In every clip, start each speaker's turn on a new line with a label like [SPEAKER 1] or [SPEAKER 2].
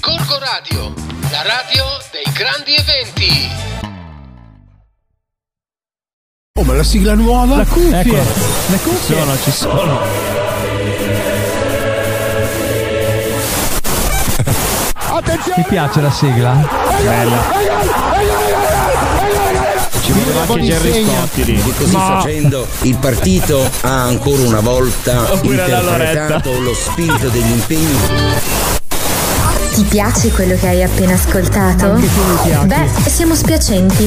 [SPEAKER 1] Gorgo Radio, la radio dei grandi eventi.
[SPEAKER 2] Oh, ma la sigla nuova?
[SPEAKER 3] La cuffia.
[SPEAKER 4] Eccola.
[SPEAKER 3] Le cuffie.
[SPEAKER 4] sono, Ecco. ci sono.
[SPEAKER 3] Ti piace la sigla?
[SPEAKER 5] Ci voleva anche Jerry Scotti lì.
[SPEAKER 6] E così
[SPEAKER 4] No.
[SPEAKER 6] facendo il partito ha ancora una volta
[SPEAKER 4] Oppure la
[SPEAKER 6] interpretato lo spirito degli impegni.
[SPEAKER 7] Ti piace quello che hai appena ascoltato? Beh, siamo spiacenti.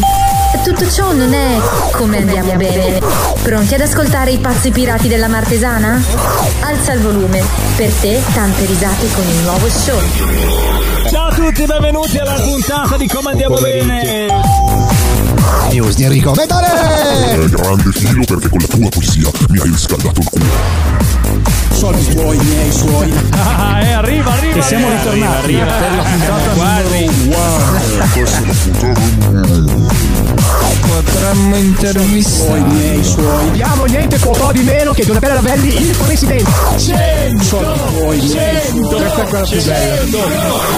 [SPEAKER 7] Tutto ciò non è come andiamo bene. Pronti ad ascoltare i pazzi pirati della Martesana? Alza il volume. Per te, tante risate con il nuovo show.
[SPEAKER 4] Ciao a tutti, benvenuti alla puntata di Come andiamo bene.
[SPEAKER 2] News di Enrico Vedore!
[SPEAKER 8] Eh, grande filo perché con la tua poesia mi hai riscaldato il culo.
[SPEAKER 2] Soldi tuoi, miei suoi.
[SPEAKER 4] Ah, eh, arriva, arriva. E siamo ritornati. Arriva, arriva. Siamo quasi.
[SPEAKER 8] Wow, questa è la puntata.
[SPEAKER 3] Potremmo intervistare.
[SPEAKER 2] miei suoi.
[SPEAKER 3] Abbiamo niente con un po' di meno che Donatella Ravelli, il presidente.
[SPEAKER 2] Soldi tuoi, miei suoi. Questa è quella più bella.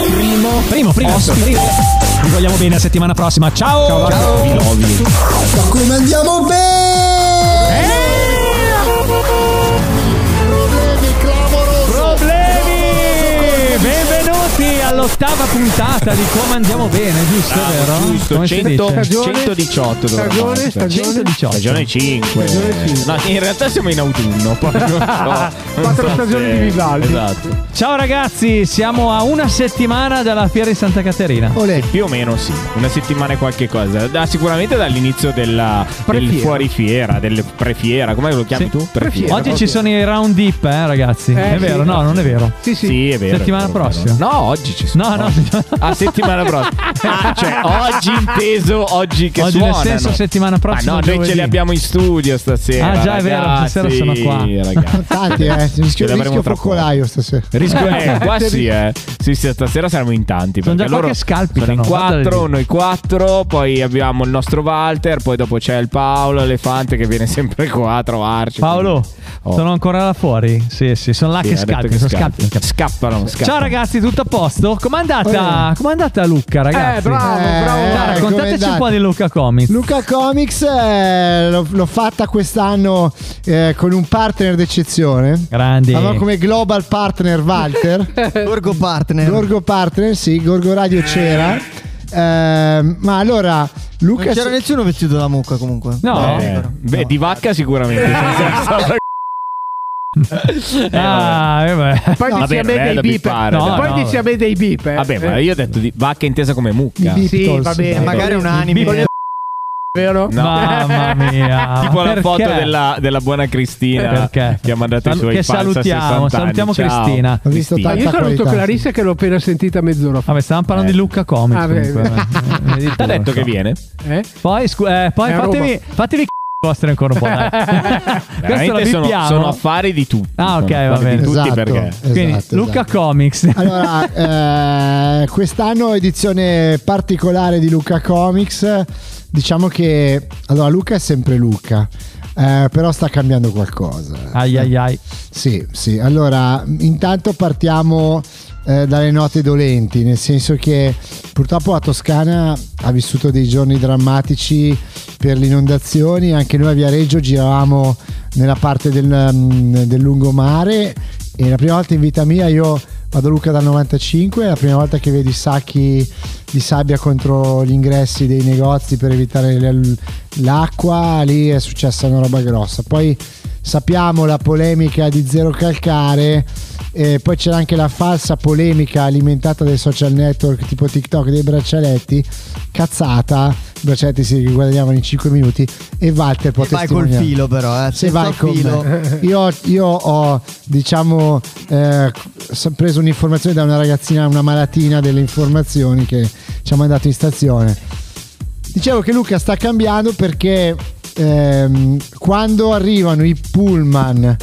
[SPEAKER 3] Primo. Primo, primo. primo.
[SPEAKER 4] Vi vogliamo bene, a settimana prossima. Ciao. Vi lovi.
[SPEAKER 2] Come andiamo bene?
[SPEAKER 4] Problemi. Benvenuti all'ottava puntata di Come andiamo bene, giusto, vero?
[SPEAKER 5] Giusto,
[SPEAKER 4] Come si
[SPEAKER 5] 100,
[SPEAKER 4] dice?
[SPEAKER 5] 118
[SPEAKER 3] Stagione,
[SPEAKER 5] dovremmo essere.
[SPEAKER 3] stagione.
[SPEAKER 4] 118.
[SPEAKER 5] Stagione 5.
[SPEAKER 3] Stagione cinque.
[SPEAKER 5] No, in realtà siamo in autunno. Proprio. No,
[SPEAKER 3] Quattro stagioni di Vivaldi.
[SPEAKER 5] Esatto.
[SPEAKER 4] Ciao ragazzi, siamo a una settimana dalla Fiera di Santa Caterina.
[SPEAKER 3] Olè.
[SPEAKER 5] Più o meno sì, una settimana e qualche cosa. Da- sicuramente dall'inizio della del
[SPEAKER 3] Prefiera.
[SPEAKER 5] fuorifiera, del prefiera, come lo chiami
[SPEAKER 4] Sì.
[SPEAKER 5] tu?
[SPEAKER 3] Prefiera.
[SPEAKER 4] Oggi ci sono i round dip, eh, ragazzi.
[SPEAKER 3] Eh,
[SPEAKER 4] è
[SPEAKER 3] sì,
[SPEAKER 4] vero, no, non è vero.
[SPEAKER 3] Sì, sì.
[SPEAKER 5] Sì, è vero.
[SPEAKER 4] Settimana
[SPEAKER 5] è vero, è vero.
[SPEAKER 4] prossima.
[SPEAKER 5] No, oggi ci sono.
[SPEAKER 4] No, no,
[SPEAKER 5] Ah, settimana prossima. Ah, cioè, oggi inteso, oggi che
[SPEAKER 4] Oggi nel
[SPEAKER 5] suonano.
[SPEAKER 4] senso settimana prossima,
[SPEAKER 5] Ah, no, noi
[SPEAKER 4] giovedì.
[SPEAKER 5] ce li abbiamo in studio stasera.
[SPEAKER 4] Ah, già, è vero,
[SPEAKER 5] ragazzi.
[SPEAKER 4] stasera sono qua.
[SPEAKER 5] Ragazzi.
[SPEAKER 9] Tanti, eh.
[SPEAKER 5] Ce
[SPEAKER 9] Rischio,
[SPEAKER 5] l'avremo
[SPEAKER 9] rischio
[SPEAKER 5] tra poco.
[SPEAKER 9] foccolaio stasera.
[SPEAKER 5] Rischio eh, qua sì, eh. Sì, sì, stasera saremo in tanti.
[SPEAKER 4] Sono
[SPEAKER 5] perché
[SPEAKER 4] già qua
[SPEAKER 5] loro
[SPEAKER 4] che scalpitano,
[SPEAKER 5] Sono in
[SPEAKER 4] guardali
[SPEAKER 5] quattro,
[SPEAKER 4] lì.
[SPEAKER 5] noi quattro, poi abbiamo il nostro Walter, poi dopo c'è il Paolo Elefante che viene sempre qua a trovarci.
[SPEAKER 4] Paolo,
[SPEAKER 5] Oh.
[SPEAKER 4] sono ancora là fuori? Sì, sì, sono là
[SPEAKER 5] Sì,
[SPEAKER 4] che
[SPEAKER 5] ha detto
[SPEAKER 4] scalpi, sono scalpi.
[SPEAKER 5] scalpi. Scappano, scappano.
[SPEAKER 4] Ciao ragazzi, tutto a posto? Com'è andata,
[SPEAKER 9] Eh.
[SPEAKER 4] com'è andata Lucca, ragazzi?
[SPEAKER 5] Eh, bravo, bravo.
[SPEAKER 9] Eh,
[SPEAKER 4] Dai,
[SPEAKER 9] com'è
[SPEAKER 4] raccontateci un
[SPEAKER 9] andata?
[SPEAKER 4] po' di Luca Comics.
[SPEAKER 9] Luca Comics eh, l'ho, l'ho fatta quest'anno eh, con un partner d'eccezione.
[SPEAKER 4] Grandi.
[SPEAKER 9] Avevo come global partner Walter.
[SPEAKER 3] Gorgo partner.
[SPEAKER 9] Gorgo partner, sì, Gorgo Radio c'era. Eh, ma allora,
[SPEAKER 3] Non
[SPEAKER 9] Luca...
[SPEAKER 3] c'era nessuno vestito da mucca comunque.
[SPEAKER 4] No.
[SPEAKER 5] Eh,
[SPEAKER 3] Eh,
[SPEAKER 5] beh, di vacca sicuramente.
[SPEAKER 4] ah, eh, beh.
[SPEAKER 3] Poi
[SPEAKER 5] Vabbè,
[SPEAKER 3] dici a me dei
[SPEAKER 5] bello, mi
[SPEAKER 3] beep.
[SPEAKER 5] pare,
[SPEAKER 3] No,
[SPEAKER 4] dai.
[SPEAKER 3] Poi
[SPEAKER 4] no.
[SPEAKER 3] dici a me dei beep. eh.
[SPEAKER 5] Vabbè, ma io ho detto di vacca intesa come mucca.
[SPEAKER 9] I
[SPEAKER 3] Sì,
[SPEAKER 9] Beatles.
[SPEAKER 3] va bene.
[SPEAKER 9] Magari
[SPEAKER 3] un anime. Vero?
[SPEAKER 5] No.
[SPEAKER 4] Mamma mia.
[SPEAKER 5] Tipo la
[SPEAKER 4] Perché?
[SPEAKER 5] foto della, della buona Cristina
[SPEAKER 4] Perché?
[SPEAKER 5] che ha mandato i
[SPEAKER 4] Sal-
[SPEAKER 5] suoi
[SPEAKER 4] che
[SPEAKER 5] fans a
[SPEAKER 4] salutiamo,
[SPEAKER 5] 60 anni.
[SPEAKER 4] salutiamo
[SPEAKER 5] Ciao.
[SPEAKER 4] Cristina.
[SPEAKER 9] Ho visto
[SPEAKER 5] Cristina.
[SPEAKER 3] Ma io
[SPEAKER 9] tanta
[SPEAKER 3] saluto
[SPEAKER 9] qualità.
[SPEAKER 3] Clarissa che l'ho appena sentita mezz'ora fa.
[SPEAKER 4] Vabbè, stavamo parlando
[SPEAKER 5] Eh.
[SPEAKER 4] di Lucca Comics.
[SPEAKER 3] Ah, beh.
[SPEAKER 4] comunque. Eh, vedi tu,
[SPEAKER 5] T'ha detto
[SPEAKER 4] non
[SPEAKER 5] che
[SPEAKER 4] so.
[SPEAKER 5] viene?
[SPEAKER 3] Eh?
[SPEAKER 4] Poi, scu- eh, poi
[SPEAKER 3] È a
[SPEAKER 4] fatevi,
[SPEAKER 3] Roma.
[SPEAKER 4] fatevi c***o vostri ancora un po'. dai. Questo lo
[SPEAKER 5] Veramente sono,
[SPEAKER 4] bippiamo.
[SPEAKER 5] sono affari di tutti.
[SPEAKER 4] Ah, ok,
[SPEAKER 5] Sono affari
[SPEAKER 4] va bene.
[SPEAKER 5] Di tutti
[SPEAKER 9] Esatto,
[SPEAKER 5] perché
[SPEAKER 4] Quindi,
[SPEAKER 9] esatto,
[SPEAKER 4] Lucca
[SPEAKER 9] esatto.
[SPEAKER 4] Comics.
[SPEAKER 9] Allora, eh, quest'anno edizione particolare di Luca Comics. Diciamo che allora Luca è sempre Luca, eh, però sta cambiando qualcosa.
[SPEAKER 4] Ai ai ai.
[SPEAKER 9] Sì, sì. Allora, intanto partiamo eh, dalle note dolenti, nel senso che purtroppo la Toscana ha vissuto dei giorni drammatici per le inondazioni, anche noi a Viareggio giravamo nella parte del, mm, del lungomare e la prima volta in vita mia io vado a Luca dal 95, è la prima volta che vedi sacchi di sabbia contro gli ingressi dei negozi per evitare le- l'acqua, lì è successa una roba grossa. Poi sappiamo la polemica di Zero Calcare, eh, poi c'era anche la falsa polemica alimentata dai social network tipo TikTok dei braccialetti, cazzata, i braccialetti si guadagnavano in 5 minuti e Walter può
[SPEAKER 3] E vai col
[SPEAKER 9] testimoniare.
[SPEAKER 3] filo, però, eh.
[SPEAKER 9] Se
[SPEAKER 3] Senza
[SPEAKER 9] vai con
[SPEAKER 3] filo.
[SPEAKER 9] me. Io, io ho, diciamo, eh, so- preso un'informazione da una ragazzina, una malatina delle informazioni che ci ha mandato in stazione. Dicevo che Luca sta cambiando perché ehm, quando arrivano i pullman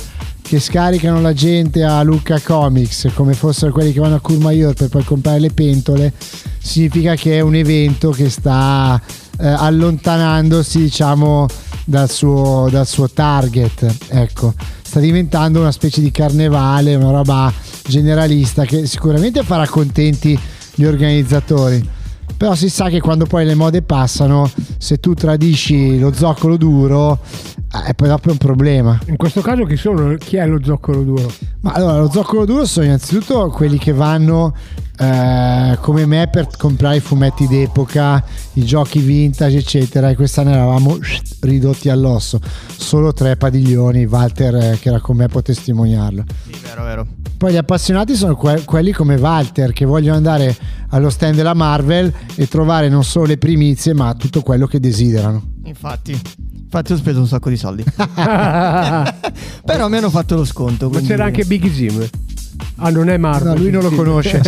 [SPEAKER 9] che scaricano la gente a Lucca Comics come fossero quelli che vanno a Courmayeur per poi comprare le pentole, significa che è un evento che sta eh, allontanandosi, diciamo, dal suo, dal suo target. Ecco, sta diventando una specie di carnevale, una roba generalista che sicuramente farà contenti gli organizzatori. Però si sa che quando poi le mode passano, se tu tradisci lo zoccolo duro, eh, poi dopo è un problema.
[SPEAKER 2] In questo caso chi, sono, chi è lo zoccolo duro?
[SPEAKER 9] Ma allora, lo zoccolo duro sono innanzitutto quelli che vanno eh, come me per comprare i fumetti d'epoca, i giochi vintage, eccetera. E quest'anno eravamo ridotti all'osso. Solo tre padiglioni, Walter eh, che era con me può testimoniarlo.
[SPEAKER 10] Sì, vero, vero.
[SPEAKER 9] Poi gli appassionati sono que- quelli come Walter che vogliono andare allo stand della Marvel e trovare non solo le primizie, ma tutto quello che desiderano.
[SPEAKER 10] Infatti, infatti ho speso un sacco di soldi. Però mi hanno fatto lo sconto.
[SPEAKER 2] Ma
[SPEAKER 10] quindi-
[SPEAKER 2] c'era anche Big Jim. Ah, non è Marco.
[SPEAKER 9] No, lui non lo conosce.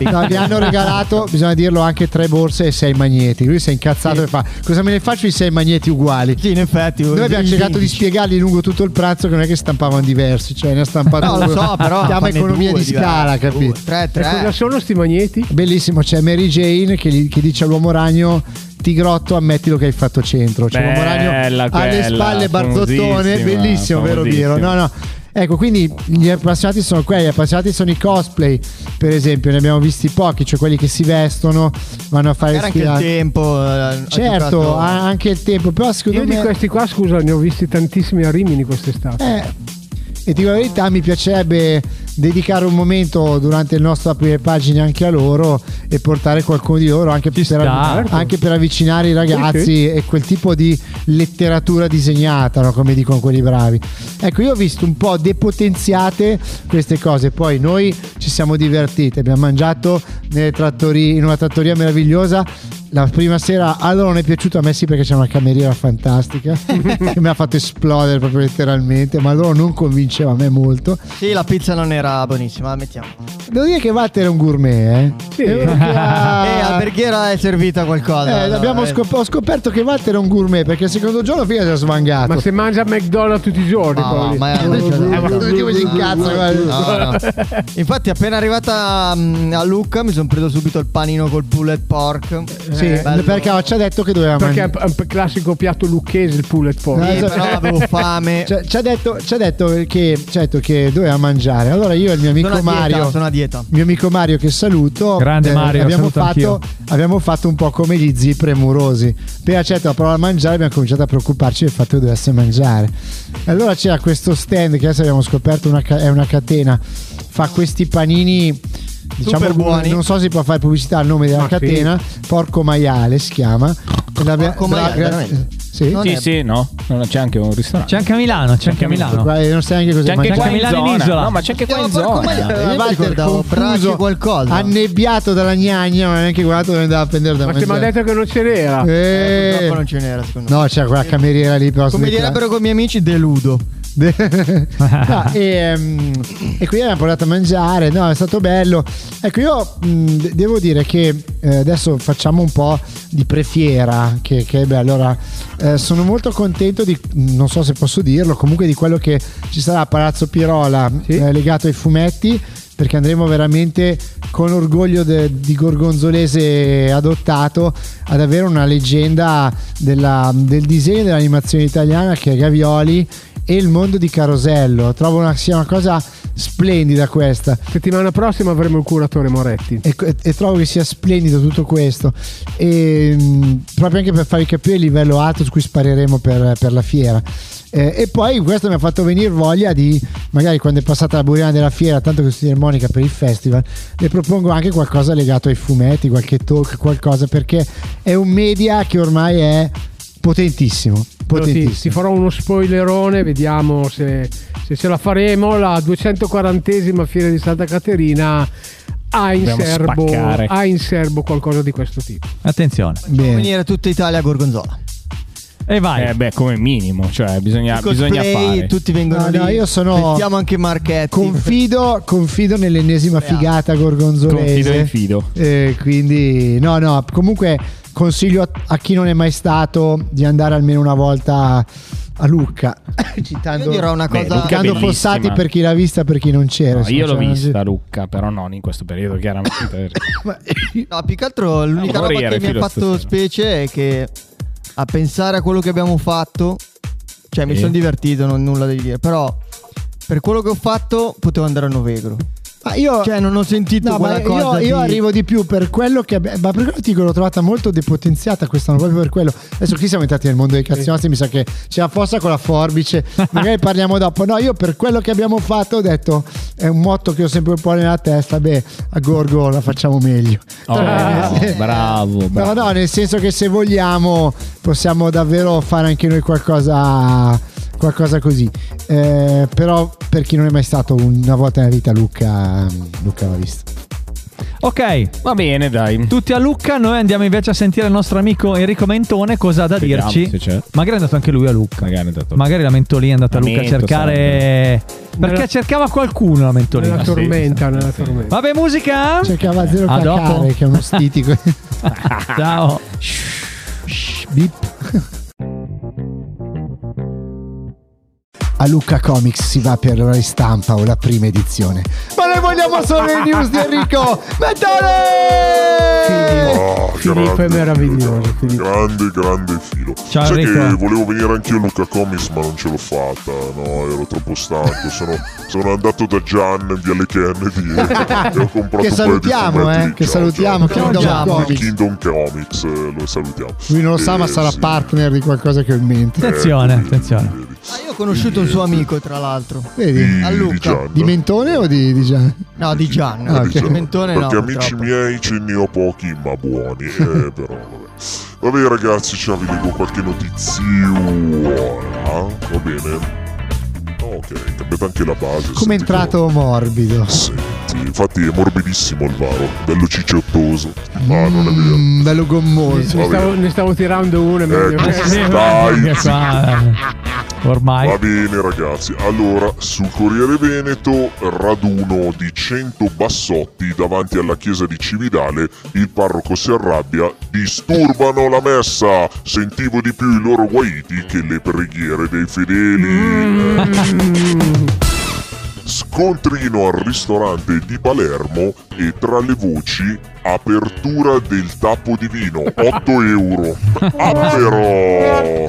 [SPEAKER 9] No, gli hanno regalato, bisogna dirlo, anche tre borse e sei magneti. Lui si è incazzato e fa: Cosa me ne faccio i sei magneti uguali?
[SPEAKER 10] Sì, in effetti.
[SPEAKER 9] Noi abbiamo cercato di spiegargli lungo tutto il pranzo che non è che stampavano diversi, cioè ne ha stampato
[SPEAKER 10] No, lo
[SPEAKER 9] uno.
[SPEAKER 10] so, però.
[SPEAKER 9] Chiama economia di scala, capito?
[SPEAKER 10] 3,
[SPEAKER 2] E
[SPEAKER 10] 3.
[SPEAKER 2] cosa sono sti magneti?
[SPEAKER 9] Bellissimo, c'è Mary Jane che, gli- che dice all'uomo ragno Tigrotto, ammettilo che hai fatto centro. C'è l'uomo
[SPEAKER 5] Bella
[SPEAKER 9] ragno alle
[SPEAKER 5] quella,
[SPEAKER 9] spalle Barzottone,
[SPEAKER 5] famosissima,
[SPEAKER 9] bellissimo, vero
[SPEAKER 5] famosissima.
[SPEAKER 9] Biro? No, no. Ecco, quindi gli appassionati sono quelli, gli appassionati sono i cosplay, per esempio, ne abbiamo visti pochi, cioè quelli che si vestono, vanno a fare
[SPEAKER 10] Era anche il
[SPEAKER 9] sfilate.
[SPEAKER 10] tempo. eh, ha
[SPEAKER 9] Certo,
[SPEAKER 10] giocato-
[SPEAKER 9] ha anche il tempo, però secondo
[SPEAKER 2] Io
[SPEAKER 9] me
[SPEAKER 2] di questi qua, scusa, ne ho visti tantissimi a Rimini quest'estate.
[SPEAKER 9] Eh, e dico la verità, mi piacerebbe dedicare un momento durante il nostro aprire pagine anche a loro e portare qualcuno di loro anche, per,
[SPEAKER 4] sta.
[SPEAKER 9] anche per avvicinare i ragazzi
[SPEAKER 2] Sì,
[SPEAKER 9] e quel tipo di letteratura disegnata, no? come dicono quelli bravi. Ecco, io ho visto un po' depotenziate queste cose, poi noi ci siamo divertiti, abbiamo mangiato nelle trattori- in una trattoria meravigliosa. La prima sera a loro non è piaciuto, a me sì perché c'è una cameriera fantastica che mi ha fatto esplodere proprio letteralmente, ma a loro non convinceva a me molto.
[SPEAKER 10] Sì, la pizza non era buonissima, la mettiamo.
[SPEAKER 9] Devo dire che Walter è un gourmet, eh.
[SPEAKER 2] Sì.
[SPEAKER 9] Devo dire che ha-
[SPEAKER 10] Eh, al perché è servita qualcosa.
[SPEAKER 9] Eh,
[SPEAKER 10] no,
[SPEAKER 9] abbiamo
[SPEAKER 10] eh.
[SPEAKER 9] scop- ho scoperto che Walter è un gourmet perché il secondo giorno fino si è svangato.
[SPEAKER 2] Ma se mangia McDonald's tutti i giorni,
[SPEAKER 10] Ma-
[SPEAKER 2] poi-
[SPEAKER 10] ma-
[SPEAKER 9] Eh, ma come si incazza? guarda.
[SPEAKER 10] No, no. Infatti, appena arrivata mm, a Lucca, mi sono preso subito il panino col pulled pork.
[SPEAKER 9] Sì,
[SPEAKER 10] Eh, bello.
[SPEAKER 9] perché ci ha detto che doveva
[SPEAKER 2] perché è
[SPEAKER 9] mangiare.
[SPEAKER 2] un p- classico piatto lucchese il pulled pork.
[SPEAKER 10] Sì, Eh, però avevo fame.
[SPEAKER 9] esatto. Cioè, ci ha detto, ci ha detto che, ci ha detto che doveva mangiare. Allora io e il mio amico
[SPEAKER 10] sono a dieta,
[SPEAKER 9] Mario,
[SPEAKER 10] sono a dieta.
[SPEAKER 9] mio amico Mario che saluto, eh,
[SPEAKER 4] Grande Mario,
[SPEAKER 9] abbiamo,
[SPEAKER 4] saluto
[SPEAKER 9] fatto,
[SPEAKER 4] anch'io.
[SPEAKER 9] abbiamo fatto un po' come gli zii premurosi. certo, Appena c'è la parola mangiare abbiamo cominciato a preoccuparci del fatto che dovesse mangiare. E Allora c'era questo stand che adesso abbiamo scoperto una ca- è una catena, fa questi panini... Diciamo,
[SPEAKER 10] Super buoni.
[SPEAKER 9] non so se può fare pubblicità al nome della
[SPEAKER 2] Ma sì.
[SPEAKER 9] catena, Porco Maiale si chiama.
[SPEAKER 10] Porco Maiale, veramente?
[SPEAKER 9] Sì.
[SPEAKER 10] Non
[SPEAKER 5] Sì,
[SPEAKER 10] è-
[SPEAKER 5] sì, no. No, no, C'è anche un ristorante.
[SPEAKER 4] C'è anche a Milano, c'è anche a Milano.
[SPEAKER 9] Qua- eh, non sai anche cosa Eh,
[SPEAKER 5] C'è anche
[SPEAKER 4] C'è
[SPEAKER 5] qua in
[SPEAKER 4] Milano in
[SPEAKER 5] zona.
[SPEAKER 4] isola.
[SPEAKER 5] No, ma c'è anche qua
[SPEAKER 10] Chiama
[SPEAKER 5] in
[SPEAKER 10] Porco
[SPEAKER 5] zona.
[SPEAKER 10] Maiale. Io mi ricordavo Bracci eh, qualcosa.
[SPEAKER 9] annebbiato dalla gnagna, non ha neanche guardato dove andava a prendere da
[SPEAKER 2] Ma se mi ha
[SPEAKER 9] mangiare.
[SPEAKER 2] detto che non ce n'era.
[SPEAKER 9] Eh,
[SPEAKER 10] Eh, purtroppo non ce n'era, secondo me.
[SPEAKER 9] No, c'era quella cameriera lì però
[SPEAKER 10] Come
[SPEAKER 9] smetterà.
[SPEAKER 10] direbbero con i miei amici, deludo.
[SPEAKER 9] No, e, ehm, e quindi abbiamo portato a mangiare, no, è stato bello. Ecco, io mh, de- devo dire che eh, adesso facciamo un po' di prefiera, che, che è bello. Allora, eh, sono molto contento di, mh, non so se posso dirlo, comunque di quello che ci sarà a Palazzo Pirola eh, legato ai fumetti, perché andremo veramente con orgoglio de- di gorgonzolese adottato ad avere una leggenda della- del disegno e dell'animazione italiana che è Gavioli e il mondo di Carosello. Trovo una, sia una cosa splendida questa.
[SPEAKER 2] Settimana prossima avremo il curatore Moretti.
[SPEAKER 9] E, e trovo che sia splendido tutto questo. E, mh, proprio anche per farvi capire il livello alto su cui spareremo per, per la fiera. Eh, e poi questo mi ha fatto venire voglia di, magari quando è passata la buriana della fiera, tanto che studio armonica per il festival, le propongo anche qualcosa legato ai fumetti, qualche talk, qualcosa, perché è un media che ormai è potentissimo.
[SPEAKER 2] Allora, Ti,
[SPEAKER 9] potentissimo.
[SPEAKER 2] ti farò uno spoilerone, vediamo se, se ce la faremo. La 240esima fiera di Santa Caterina ha in,
[SPEAKER 5] Dobbiamo
[SPEAKER 2] serbo,
[SPEAKER 5] spaccare.
[SPEAKER 2] ha in serbo qualcosa di questo tipo.
[SPEAKER 4] Attenzione.
[SPEAKER 10] Può
[SPEAKER 9] Bene.
[SPEAKER 10] venire tutta Italia a Gorgonzola.
[SPEAKER 4] E vai.
[SPEAKER 5] Eh beh, come minimo, cioè bisogna, bisogna
[SPEAKER 10] Cosplay,
[SPEAKER 5] fare.
[SPEAKER 10] Tutti vengono
[SPEAKER 9] No,
[SPEAKER 10] lì.
[SPEAKER 9] no, io sono-
[SPEAKER 10] Mettiamo anche Marchetti.
[SPEAKER 9] Confido, confido nell'ennesima
[SPEAKER 10] Reale.
[SPEAKER 9] figata gorgonzolese.
[SPEAKER 5] Confido in fido.
[SPEAKER 9] Eh, quindi, no, no. Comunque, consiglio a, a chi non è mai stato di andare almeno una volta a Lucca.
[SPEAKER 10] Io
[SPEAKER 9] Citando,
[SPEAKER 10] dirò una
[SPEAKER 5] Beh,
[SPEAKER 10] cosa.
[SPEAKER 5] Luca
[SPEAKER 9] citando
[SPEAKER 5] bellissima.
[SPEAKER 9] Fossati per chi l'ha vista, per chi non c'era.
[SPEAKER 5] No,
[SPEAKER 9] insomma,
[SPEAKER 5] io l'ho
[SPEAKER 9] c'era una-
[SPEAKER 5] vista a Lucca, però non in questo periodo, chiaramente.
[SPEAKER 10] No, più che altro l'unica
[SPEAKER 5] Devo
[SPEAKER 10] roba
[SPEAKER 5] morire,
[SPEAKER 10] che mi ha
[SPEAKER 5] filo, stasera.
[SPEAKER 10] fatto specie è che a pensare a quello che abbiamo fatto, cioè mi
[SPEAKER 5] Sì.
[SPEAKER 10] sono divertito, non nulla da dire, però per quello che ho fatto potevo andare a Novegro.
[SPEAKER 9] Ma io,
[SPEAKER 10] Cioè, non ho sentito
[SPEAKER 9] No, ma
[SPEAKER 10] quella
[SPEAKER 9] io,
[SPEAKER 10] cosa.
[SPEAKER 9] io
[SPEAKER 10] di-
[SPEAKER 9] arrivo di più per quello che. Ma per quello ti dico, l'ho trovata molto depotenziata quest'anno, proprio per quello. Adesso qui siamo entrati nel mondo dei cazzionazzi, mi sa che c'è la fossa con la forbice, magari parliamo dopo. No, io per quello che abbiamo fatto ho detto, è un motto che ho sempre un po' nella testa, beh, a Gorgo la facciamo meglio.
[SPEAKER 5] Oh, bravo,
[SPEAKER 9] Eh, No,
[SPEAKER 5] bravo.
[SPEAKER 9] no, nel senso che se vogliamo possiamo davvero fare anche noi qualcosa, qualcosa così. Eh, però per chi non è mai stato una volta nella vita Luca, Luca l'ha visto.
[SPEAKER 4] Ok,
[SPEAKER 5] Va bene, dai.
[SPEAKER 4] tutti a Lucca, noi andiamo invece a sentire il nostro amico Enrico Mentone cosa ha da
[SPEAKER 5] Vediamo
[SPEAKER 4] dirci.
[SPEAKER 5] se c'è.
[SPEAKER 4] Magari è andato anche lui a Lucca.
[SPEAKER 5] Magari è andato-
[SPEAKER 4] Magari la Mentolina è andata a Lucca a
[SPEAKER 5] Lamento,
[SPEAKER 4] cercare... Perché
[SPEAKER 2] Nella-
[SPEAKER 4] cercava qualcuno la Mentolina.
[SPEAKER 2] Nella tormenta, nella tormenta.
[SPEAKER 4] Vabbè, musica.
[SPEAKER 9] Cercava zero
[SPEAKER 4] A Ah, dopo.
[SPEAKER 9] cacare, che è uno stitico.
[SPEAKER 4] Ciao.
[SPEAKER 9] A Lucca Comics si va per la ristampa o la prima edizione. Ma noi vogliamo solo le news di Enrico Mentone!
[SPEAKER 8] Oh,
[SPEAKER 2] Filippo è meraviglioso. Filippo.
[SPEAKER 8] Ah, Grande, grande filo.
[SPEAKER 4] Ciao,
[SPEAKER 8] Sai
[SPEAKER 4] Enrico.
[SPEAKER 8] che volevo venire anch'io a Luca Comics, ma non ce l'ho fatta. No, ero troppo stanco. Sono, sono andato da Gian in Viale Kennedy e, e ho comprato un
[SPEAKER 9] Che
[SPEAKER 8] paio di
[SPEAKER 9] salutiamo,
[SPEAKER 8] fumetti
[SPEAKER 9] eh,
[SPEAKER 8] lì.
[SPEAKER 9] che
[SPEAKER 8] Ciao,
[SPEAKER 9] salutiamo,
[SPEAKER 8] ciao.
[SPEAKER 9] Kingdom
[SPEAKER 8] Ciao,
[SPEAKER 9] Comics.
[SPEAKER 8] Kingdom Comics, eh, lo salutiamo.
[SPEAKER 9] Lui non lo sa,
[SPEAKER 8] Eh,
[SPEAKER 9] ma sarà
[SPEAKER 8] sì.
[SPEAKER 9] partner di qualcosa che ho in mente.
[SPEAKER 4] Attenzione, attenzione.
[SPEAKER 10] Ah, io ho conosciuto un suo amico, tra l'altro.
[SPEAKER 9] Vedi?
[SPEAKER 10] A
[SPEAKER 8] Di, di
[SPEAKER 10] Lucca.
[SPEAKER 8] Gian.
[SPEAKER 9] Di mentone o di, di Gian?
[SPEAKER 10] No, di Gian.
[SPEAKER 9] Ah, ok.
[SPEAKER 10] Di Gian. Mentone no.
[SPEAKER 8] Perché amici
[SPEAKER 10] purtroppo.
[SPEAKER 8] miei ce ne ho pochi ma buoni. Eh, però vabbè. Vabbè ragazzi, ciao, vi leggo qualche notiziuola. Va bene. Ok, cambiate anche la base.
[SPEAKER 9] Come è
[SPEAKER 8] sentite-
[SPEAKER 9] entrato morbido.
[SPEAKER 8] Senti, infatti è morbidissimo il varo, bello cicciottoso. Ma non è vero.
[SPEAKER 9] Mm, bello gommoso.
[SPEAKER 2] Ne stavo, ne stavo tirando uno. è meglio.
[SPEAKER 8] Ecco,
[SPEAKER 2] Eh,
[SPEAKER 8] dai.
[SPEAKER 4] Che fa-
[SPEAKER 9] Ah,
[SPEAKER 4] Ormai.
[SPEAKER 8] Va bene ragazzi, allora sul Corriere Veneto raduno di 100 bassotti davanti alla chiesa di Cividale, il parroco si arrabbia, disturbano la messa, sentivo di più i loro guaiti che le preghiere dei fedeli. Eh. Scontrino al ristorante di Palermo e tra le voci apertura del tappo di vino, 8 euro. Ah, Appero!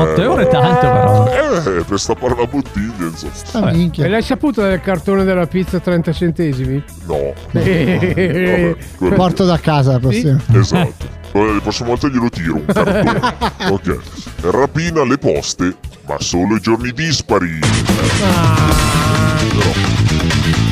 [SPEAKER 4] 8 euro è tanto però.
[SPEAKER 8] Eh, per stappare la bottiglia, insomma.
[SPEAKER 9] Ah, minchia.
[SPEAKER 2] E l'hai saputo del cartone della pizza 30 centesimi?
[SPEAKER 8] No.
[SPEAKER 2] Eh,
[SPEAKER 8] Vabbè, quello-
[SPEAKER 9] Porto da casa la prossima.
[SPEAKER 8] Esatto. Vabbè, La prossima volta glielo tiro un cartone. ok. Rapina alle poste, ma solo i giorni dispari.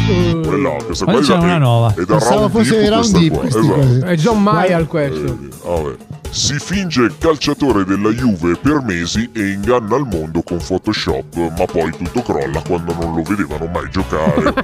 [SPEAKER 8] Però- Quella, questa
[SPEAKER 4] Ma
[SPEAKER 8] qua è
[SPEAKER 4] c'è
[SPEAKER 8] da-
[SPEAKER 4] una
[SPEAKER 8] è-
[SPEAKER 4] nuova.
[SPEAKER 8] È da
[SPEAKER 9] Pensavo
[SPEAKER 8] round
[SPEAKER 9] fosse
[SPEAKER 8] dip
[SPEAKER 9] era un
[SPEAKER 8] questa
[SPEAKER 9] dip
[SPEAKER 8] qua,
[SPEAKER 9] questi
[SPEAKER 8] esatto.
[SPEAKER 9] cose.
[SPEAKER 2] Uh, È John Mayer questo.
[SPEAKER 8] Eh, vabbè. Si finge calciatore della Juve per mesi e inganna il mondo con Photoshop, ma poi tutto crolla quando non lo vedevano mai giocare.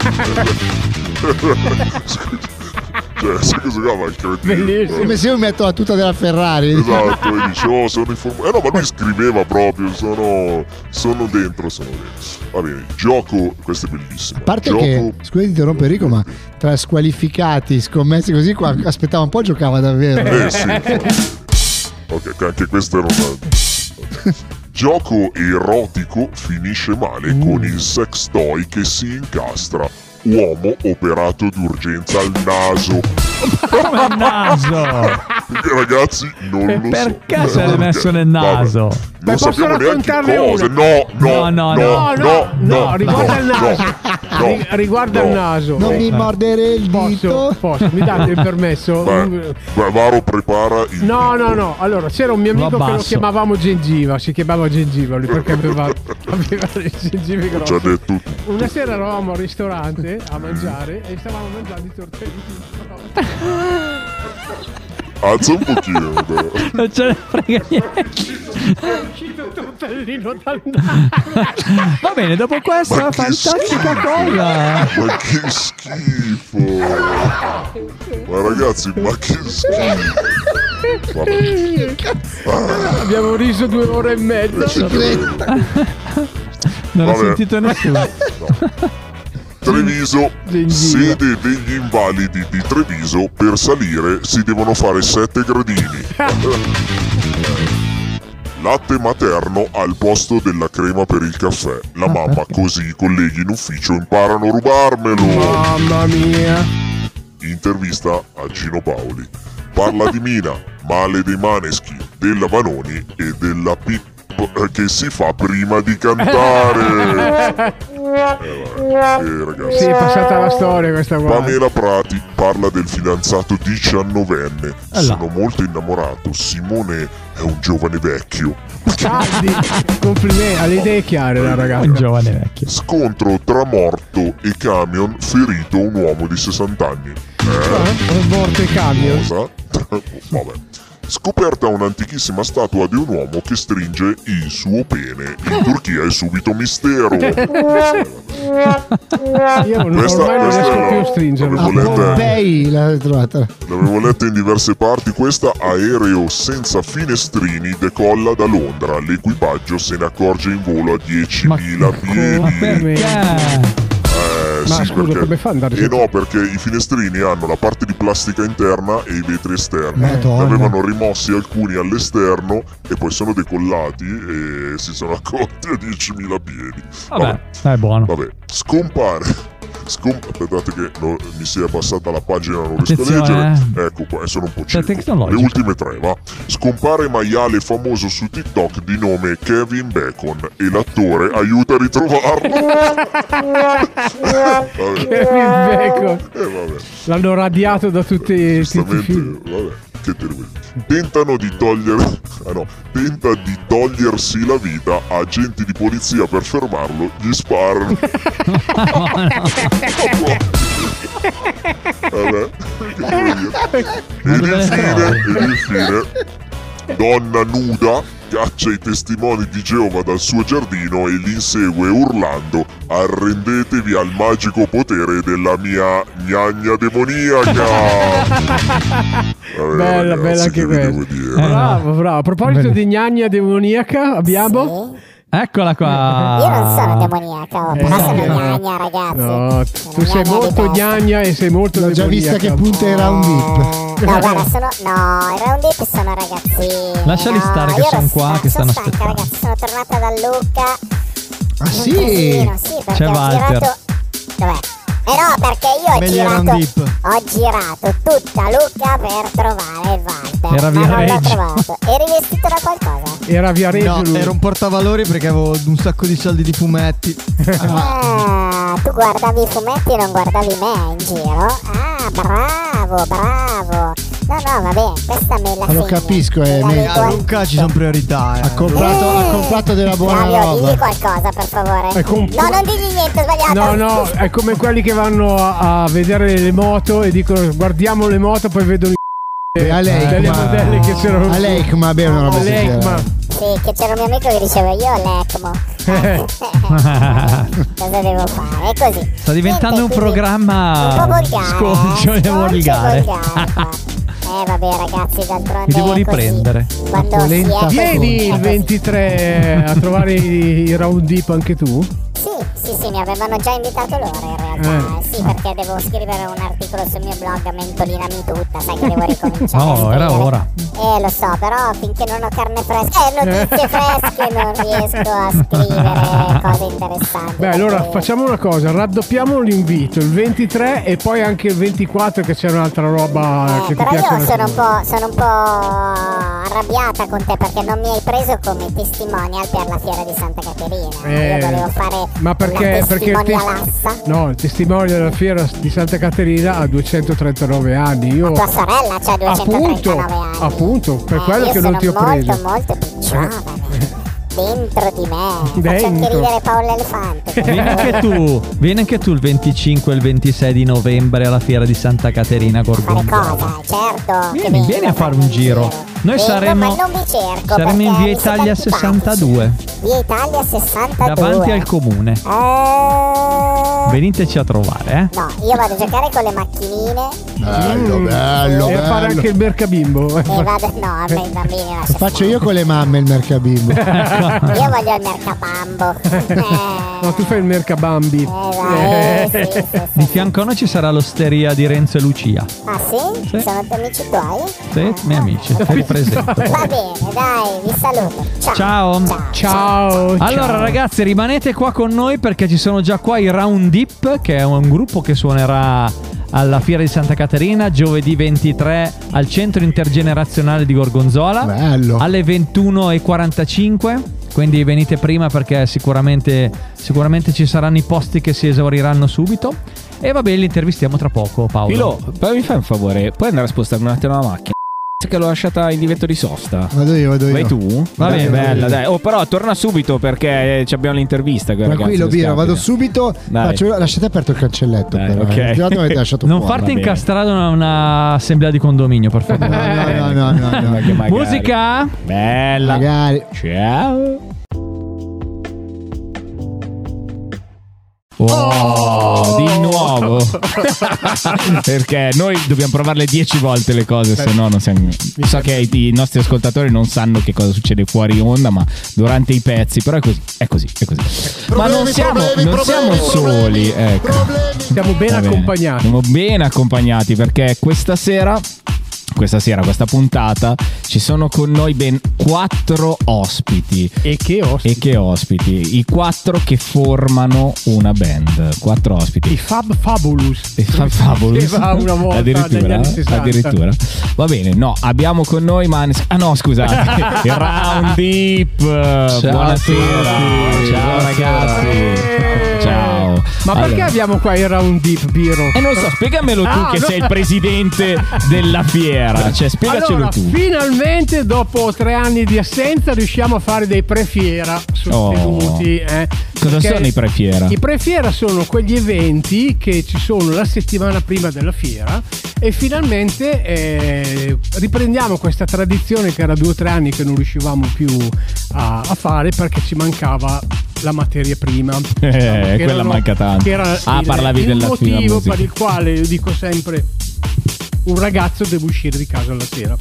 [SPEAKER 8] cioè, sai cosa chiama il cretino?
[SPEAKER 2] Bellissimo.
[SPEAKER 9] Come se io mi metto la tuta della Ferrari.
[SPEAKER 8] Esatto, e dice, oh, sono informato. Eh no, ma lui scriveva proprio, sono, sono dentro, sono dentro. Va bene, gioco, questo è bellissimo.
[SPEAKER 9] A parte
[SPEAKER 8] gioco...
[SPEAKER 9] che, scusa di interrompere Enrico, ma tra squalificati, scommessi così, qua, aspettava un po' giocava davvero.
[SPEAKER 8] Eh sì, infatti. Ok, anche questo era un... ok. Gioco erotico finisce male con il sex toy che si incastra. Uomo operato d'urgenza al naso.
[SPEAKER 4] Come il naso.
[SPEAKER 8] Ragazzi, non lo so.
[SPEAKER 4] Perché se l'hai
[SPEAKER 8] Perché?
[SPEAKER 4] messo nel naso?
[SPEAKER 8] Vabbè,
[SPEAKER 2] Beh,
[SPEAKER 8] non
[SPEAKER 2] posso
[SPEAKER 8] sappiamo neanche
[SPEAKER 2] raccontarne
[SPEAKER 8] cosa. No, no,
[SPEAKER 4] No, no,
[SPEAKER 8] no,
[SPEAKER 4] no,
[SPEAKER 8] no, no,
[SPEAKER 2] no, riguarda il naso.
[SPEAKER 8] no,
[SPEAKER 2] Ri- riguarda il
[SPEAKER 8] no.
[SPEAKER 2] naso.
[SPEAKER 9] Non mi mordere il
[SPEAKER 2] Posso,
[SPEAKER 9] dito.
[SPEAKER 2] posso, mi date il permesso?
[SPEAKER 8] Beh, Va- Varo prepara il
[SPEAKER 2] No,
[SPEAKER 8] dito.
[SPEAKER 2] no, no. Allora, c'era un mio
[SPEAKER 4] Lo
[SPEAKER 2] amico che lo
[SPEAKER 4] abbasso.
[SPEAKER 2] chiamavamo Gengiva, si chiamava Gengiva lui perché aveva, aveva le gengive
[SPEAKER 8] Ci ha
[SPEAKER 2] grosse.
[SPEAKER 8] detto tutto.
[SPEAKER 2] Una sera eravamo al ristorante a mangiare e stavamo mangiando i tortellini.
[SPEAKER 8] Alza un pochino. dai.
[SPEAKER 4] Non ce ne frega niente.
[SPEAKER 2] uscito tortellino dal naso.
[SPEAKER 4] Va bene, dopo questa
[SPEAKER 8] Ma che
[SPEAKER 4] fantastica
[SPEAKER 8] schifo.
[SPEAKER 4] cosa.
[SPEAKER 8] Ma che schifo! Ma ragazzi, Oh. ma che schifo! Vabbè,
[SPEAKER 2] Abbiamo riso due ore e mezza.
[SPEAKER 8] ci credo.
[SPEAKER 4] Non ho
[SPEAKER 8] Vabbè.
[SPEAKER 4] sentito nessuno.
[SPEAKER 8] Treviso,
[SPEAKER 2] Gengiva.
[SPEAKER 8] sede degli invalidi di Treviso, per salire si devono fare 7 gradini. Latte materno al posto della crema per il caffè.
[SPEAKER 4] Ah,
[SPEAKER 8] La mamma, così i colleghi in ufficio imparano a rubarmelo.
[SPEAKER 2] Mamma mia.
[SPEAKER 8] intervista a Gino Paoli. Parla di Mina, male dei maneschi, della Vanoni e della Pip eh, che si fa prima di cantare. Eh, ragazzi.
[SPEAKER 2] Sì, è passata la storia questa qua.
[SPEAKER 8] Pamela Prati parla del fidanzato diciannovenne.
[SPEAKER 2] Eh,
[SPEAKER 8] Sono molto innamorato. Simone è un giovane vecchio.
[SPEAKER 2] Saldi, complimenti, ha le idee chiare la
[SPEAKER 4] Un
[SPEAKER 2] ragazza.
[SPEAKER 4] giovane vecchio.
[SPEAKER 8] Scontro tra morto e camion ferito un uomo di 60 anni.
[SPEAKER 2] Un morto e Eh? camion.
[SPEAKER 8] Cosa? Vabbè. Scoperta un'antichissima statua di un uomo che stringe il suo pene. In Turchia è subito mistero.
[SPEAKER 2] Io non, ormai non riesco più a stringerlo.
[SPEAKER 9] A
[SPEAKER 8] Volete-
[SPEAKER 9] Pompei l'avete trovata.
[SPEAKER 8] L'avevo letta in diverse parti, questa aereo senza finestrini decolla da Londra, l'equipaggio se ne accorge in volo a 10.000
[SPEAKER 4] Ma
[SPEAKER 8] piedi.
[SPEAKER 4] perché?
[SPEAKER 8] Eh,
[SPEAKER 2] Ma
[SPEAKER 8] sì,
[SPEAKER 2] scusa,
[SPEAKER 8] perché-
[SPEAKER 2] come fa ad andare
[SPEAKER 8] Eh
[SPEAKER 2] senza-
[SPEAKER 8] no, perché i finestrini hanno la parte di plastica interna e i vetri esterni.
[SPEAKER 9] Madonna.
[SPEAKER 8] Ne avevano rimossi alcuni all'esterno e poi sono decollati e si sono accorti a 10.000 piedi.
[SPEAKER 4] Vabbè, dai, buono.
[SPEAKER 8] Vabbè, scompare. Scom- aspettate che no- mi si è abbassata la pagina, non riesco a
[SPEAKER 4] Attenzione, Cioè,
[SPEAKER 8] leggere. Ecco qua, eh, sono un po' cieco. Le
[SPEAKER 4] tecnologico.
[SPEAKER 8] ultime tre, va. Scompare maiale famoso su TikTok di nome Kevin Bacon e l'attore aiuta a ritrovarlo. vabbè.
[SPEAKER 2] Kevin Bacon.
[SPEAKER 8] Eh, vabbè.
[SPEAKER 2] L'hanno radiato da tutti, tutti i film.
[SPEAKER 8] Giustamente, vabbè, che terribile. Tentano di togliere. Ah no, tenta di togliersi la vita. Agenti di polizia per fermarlo. Gli sparano. vabbè, che devo dire?
[SPEAKER 2] Ecco.
[SPEAKER 8] Ed infine, ed infine, donna nuda caccia i testimoni di Geova dal suo giardino e li insegue urlando arrendetevi al magico potere della mia gnagna demoniaca Vabbè,
[SPEAKER 2] Bella,
[SPEAKER 8] ragazzi,
[SPEAKER 2] bella anche
[SPEAKER 8] che vi
[SPEAKER 2] questa.
[SPEAKER 8] devo dire?
[SPEAKER 2] Bravo,
[SPEAKER 9] Eh.
[SPEAKER 2] bravo. A proposito di gnagna demoniaca, abbiamo.
[SPEAKER 4] Eccola qua.
[SPEAKER 11] Io non sono demoniaca, oh, però
[SPEAKER 2] no,
[SPEAKER 11] sono
[SPEAKER 2] no.
[SPEAKER 11] gnagna, ragazzi.
[SPEAKER 2] No,
[SPEAKER 11] Sono
[SPEAKER 2] tu
[SPEAKER 11] gnagna
[SPEAKER 2] sei
[SPEAKER 11] di
[SPEAKER 2] molto
[SPEAKER 11] testa.
[SPEAKER 2] gnagna e sei molto
[SPEAKER 9] L'ho già vista che
[SPEAKER 2] demoniaca.
[SPEAKER 9] punterà un dip.
[SPEAKER 11] No, guarda, sono. No, i round dip sono ragazzini.
[SPEAKER 4] Lasciali
[SPEAKER 11] no,
[SPEAKER 4] stare che
[SPEAKER 11] io
[SPEAKER 4] sono
[SPEAKER 11] ero
[SPEAKER 4] qua,
[SPEAKER 11] stanca,
[SPEAKER 4] che stanno
[SPEAKER 11] sono
[SPEAKER 4] aspettando.
[SPEAKER 11] stanca, ragazzi, sono tornata da Lucca.
[SPEAKER 9] Ah
[SPEAKER 11] Un
[SPEAKER 9] sì?
[SPEAKER 11] casino, sì, perché
[SPEAKER 4] C'è
[SPEAKER 11] ho
[SPEAKER 4] Walter.
[SPEAKER 11] girato. Dov'è? Eh no, perché io ho
[SPEAKER 10] Belli
[SPEAKER 11] girato.
[SPEAKER 10] round dip.
[SPEAKER 11] Ho girato tutta Lucca per trovare Walter.
[SPEAKER 4] Era via
[SPEAKER 11] ma non l'ho
[SPEAKER 4] Reggio.
[SPEAKER 11] trovato. Eri vestito da qualcosa?
[SPEAKER 2] Era via Reggio.
[SPEAKER 10] No,
[SPEAKER 2] lui.
[SPEAKER 10] era un portavalori perché avevo un sacco di soldi di fumetti.
[SPEAKER 11] Ah, tu guardavi i fumetti e non guardavi me in giro? Ah, bravo, bravo. No, no, va bene, questa me la
[SPEAKER 9] Ma lo
[SPEAKER 11] segno.
[SPEAKER 9] capisco, eh,
[SPEAKER 11] Me la
[SPEAKER 9] me- Ecco,
[SPEAKER 11] leggo
[SPEAKER 10] A
[SPEAKER 11] anch'io.
[SPEAKER 10] Lucca ci sono priorità. eh.
[SPEAKER 9] Ha comprato, ha comprato della buona
[SPEAKER 11] Flavio, digli
[SPEAKER 9] roba. Eh,
[SPEAKER 11] qualcosa, per favore.
[SPEAKER 2] È comp-
[SPEAKER 11] no, non digli niente, ho sbagliato.
[SPEAKER 2] No, no, è come quelli che vanno a, a vedere le moto e dicono guardiamo le moto, poi vedono i
[SPEAKER 9] Beh, a lei,
[SPEAKER 2] delle
[SPEAKER 9] ma-
[SPEAKER 2] modelle che c'erano.
[SPEAKER 9] A lei come bene una roba
[SPEAKER 2] A lei,
[SPEAKER 9] sincera.
[SPEAKER 2] ma
[SPEAKER 11] Sì, che c'era un mio amico che diceva io l'ECMO. Cosa devo fare? È così.
[SPEAKER 4] Sta diventando
[SPEAKER 11] Niente,
[SPEAKER 4] un
[SPEAKER 11] quindi,
[SPEAKER 4] programma
[SPEAKER 11] Un po' volgare.
[SPEAKER 4] sconcio e
[SPEAKER 11] eh, sconcio e
[SPEAKER 4] volgare.
[SPEAKER 11] volgare. Eh vabbè ragazzi, d'altronde
[SPEAKER 4] Mi devo
[SPEAKER 11] è così.
[SPEAKER 4] riprendere.
[SPEAKER 11] Quando
[SPEAKER 9] La
[SPEAKER 11] si è
[SPEAKER 9] polenta
[SPEAKER 11] così,
[SPEAKER 2] vieni
[SPEAKER 11] è
[SPEAKER 2] il
[SPEAKER 11] così.
[SPEAKER 2] 23 a trovare i, i round deep anche tu?
[SPEAKER 11] Sì, sì, sì, mi avevano già invitato loro in
[SPEAKER 2] Eh.
[SPEAKER 11] realtà. Sì, perché devo scrivere un articolo sul mio blog Mentolinami tutta, sai che devo ricominciare. a
[SPEAKER 4] No, era
[SPEAKER 11] scrivere.
[SPEAKER 4] ora.
[SPEAKER 11] Eh, lo so, però finché non ho carne fresca e notizie fresche non riesco a scrivere cose interessanti.
[SPEAKER 2] Beh, allora
[SPEAKER 11] Quindi-
[SPEAKER 2] facciamo una cosa, raddoppiamo l'invito, il 23 e poi anche il 24 che c'è un'altra roba
[SPEAKER 11] Eh,
[SPEAKER 2] che ti
[SPEAKER 11] però
[SPEAKER 2] piace.
[SPEAKER 11] io sono un, po', sono un po' arrabbiata con te perché non mi hai preso come testimonial per la fiera di Santa Caterina.
[SPEAKER 2] Eh,
[SPEAKER 11] io volevo fare
[SPEAKER 2] Ma perché,
[SPEAKER 11] una
[SPEAKER 2] perché il, tes-
[SPEAKER 11] testimonialassa.
[SPEAKER 2] no, il testimone della fiera di Santa Caterina ha 239 anni. Io
[SPEAKER 11] Tua sorella ha 239
[SPEAKER 2] Appunto,
[SPEAKER 11] anni.
[SPEAKER 2] appunto, per
[SPEAKER 11] Eh,
[SPEAKER 2] quello
[SPEAKER 11] io
[SPEAKER 2] che non ti ho
[SPEAKER 11] sono
[SPEAKER 2] preso. Eh.
[SPEAKER 11] molto, molto più giovane. Dentro di me. Faccio anche
[SPEAKER 2] Dentro.
[SPEAKER 11] ridere Paolo Elefante.
[SPEAKER 4] Vieni anche tu, vieni anche tu il 25 e il 26 di novembre alla fiera di Santa Caterina
[SPEAKER 11] Fare
[SPEAKER 4] Gorgonzola.
[SPEAKER 11] cosa? Certo. che
[SPEAKER 4] Vieni,
[SPEAKER 11] vengo,
[SPEAKER 4] vieni a fare un
[SPEAKER 11] vengo,
[SPEAKER 4] giro. Noi
[SPEAKER 11] Vengo,
[SPEAKER 4] saremo,
[SPEAKER 11] Ma non vi cerco.
[SPEAKER 4] saremo in
[SPEAKER 11] perché
[SPEAKER 4] via
[SPEAKER 11] mi siete
[SPEAKER 4] Italia
[SPEAKER 11] antipatici.
[SPEAKER 4] 62,
[SPEAKER 11] Via Italia Eh, 62.
[SPEAKER 4] davanti al comune.
[SPEAKER 11] Eh,
[SPEAKER 4] Veniteci a trovare, eh.
[SPEAKER 11] No, io vado a giocare con le macchinine
[SPEAKER 9] Bello,
[SPEAKER 2] Mm. e a fare anche il mercabimbo.
[SPEAKER 11] e vado. Eh, No, a me i bambini
[SPEAKER 9] Lo
[SPEAKER 11] lasciano
[SPEAKER 9] faccio io con le mamme il mercabimbo.
[SPEAKER 11] stare. Io voglio il mercapambo. Eh.
[SPEAKER 2] No, tu fai il mercabambi.
[SPEAKER 11] Eh, dai, sì, sì,
[SPEAKER 4] Di
[SPEAKER 11] sì.
[SPEAKER 4] fianco a noi ci sarà l'osteria di Renzo e Lucia.
[SPEAKER 11] Ah sì?
[SPEAKER 4] Sì.
[SPEAKER 11] Sono amici tuoi?
[SPEAKER 4] Sì, miei amici, te li presento.
[SPEAKER 11] Va bene, dai, vi saluto. Ciao.
[SPEAKER 4] Ciao.
[SPEAKER 2] Ciao.
[SPEAKER 4] Allora
[SPEAKER 2] ciao.
[SPEAKER 4] ragazzi rimanete qua con noi perché ci sono già qua i Round Deep che è un gruppo che suonerà alla Fiera di Santa Caterina giovedì 23 al Centro Intergenerazionale di Gorgonzola
[SPEAKER 9] Bello.
[SPEAKER 4] alle 21.45 Quindi venite prima perché sicuramente, sicuramente ci saranno i posti che si esauriranno subito. E va bene, li intervistiamo tra poco, Paolo.
[SPEAKER 5] Filo, poi mi fai un favore, puoi andare a spostarmi un attimo la macchina? Cazzo Che l'ho lasciata in divieto di sosta.
[SPEAKER 9] Vado io, vado io.
[SPEAKER 5] Vai tu? Va
[SPEAKER 9] Dai,
[SPEAKER 5] bene,
[SPEAKER 9] vado
[SPEAKER 5] bella,
[SPEAKER 9] io.
[SPEAKER 5] dai. Oh, però torna subito perché eh, ci abbiamo l'intervista. con i ragazzi
[SPEAKER 9] Tranquillo,
[SPEAKER 5] del
[SPEAKER 9] Biro,
[SPEAKER 5] Scapino.
[SPEAKER 9] vado subito.
[SPEAKER 5] Dai.
[SPEAKER 9] Faccio- lasciate aperto il cancelletto.
[SPEAKER 5] Dai,
[SPEAKER 9] però,
[SPEAKER 5] ok.
[SPEAKER 9] eh. L'ultima volta mi avete lasciato
[SPEAKER 4] Non
[SPEAKER 9] fuori.
[SPEAKER 4] farti incastrare da una assemblea di condominio, per favore.
[SPEAKER 9] No, no, no, no, no.
[SPEAKER 5] Perché magari-
[SPEAKER 4] Musica!
[SPEAKER 5] Bella.
[SPEAKER 9] Magari.
[SPEAKER 5] Ciao. Oh, di nuovo perché noi dobbiamo provarle dieci volte le cose se no non siamo so che i, i nostri ascoltatori non sanno che cosa succede fuori onda ma durante i pezzi però è così è così è così ma non siamo, non siamo soli ecco.
[SPEAKER 2] Siamo ben
[SPEAKER 5] Va bene.
[SPEAKER 2] accompagnati.
[SPEAKER 5] Siamo ben accompagnati perché questa sera, questa sera, questa puntata, ci sono con noi ben quattro ospiti.
[SPEAKER 2] E che ospiti.
[SPEAKER 5] E che ospiti? I quattro che formano una band. Quattro
[SPEAKER 2] I
[SPEAKER 5] ospiti.
[SPEAKER 2] Fab Fabulous.
[SPEAKER 5] E fa- Fabulous.
[SPEAKER 2] Diceva una volta negli
[SPEAKER 5] addirittura,
[SPEAKER 2] anni 60.
[SPEAKER 5] addirittura. Va bene, no, abbiamo con noi Manes. Ah no, scusate. Round Deep. Buonasera. Ciao ragazzi. Ciao.
[SPEAKER 2] Ma perché
[SPEAKER 5] Allora.
[SPEAKER 2] abbiamo qua il round deep, Biro?
[SPEAKER 5] E non so, spiegamelo tu
[SPEAKER 2] Ah,
[SPEAKER 5] che
[SPEAKER 2] no.
[SPEAKER 5] sei il presidente della fiera. Cioè, spiegacelo
[SPEAKER 2] Allora,
[SPEAKER 5] tu.
[SPEAKER 2] finalmente dopo tre anni di assenza riusciamo a fare dei prefiera sostenuti. eh.
[SPEAKER 5] Oh. Cosa
[SPEAKER 2] Perché
[SPEAKER 5] sono i prefiera?
[SPEAKER 2] I prefiera sono quegli eventi che ci sono la settimana prima della fiera e finalmente eh, riprendiamo questa tradizione che era due o tre anni che non riuscivamo più a, a fare perché ci mancava la materia prima. diciamo, che
[SPEAKER 5] Eh, quella
[SPEAKER 2] erano-
[SPEAKER 5] manca tanto.
[SPEAKER 2] che era
[SPEAKER 5] Ah,
[SPEAKER 2] il-
[SPEAKER 5] parlavi
[SPEAKER 2] il
[SPEAKER 5] della fine
[SPEAKER 2] motivo
[SPEAKER 5] musica.
[SPEAKER 2] per il quale io dico sempre un ragazzo deve uscire di casa alla sera.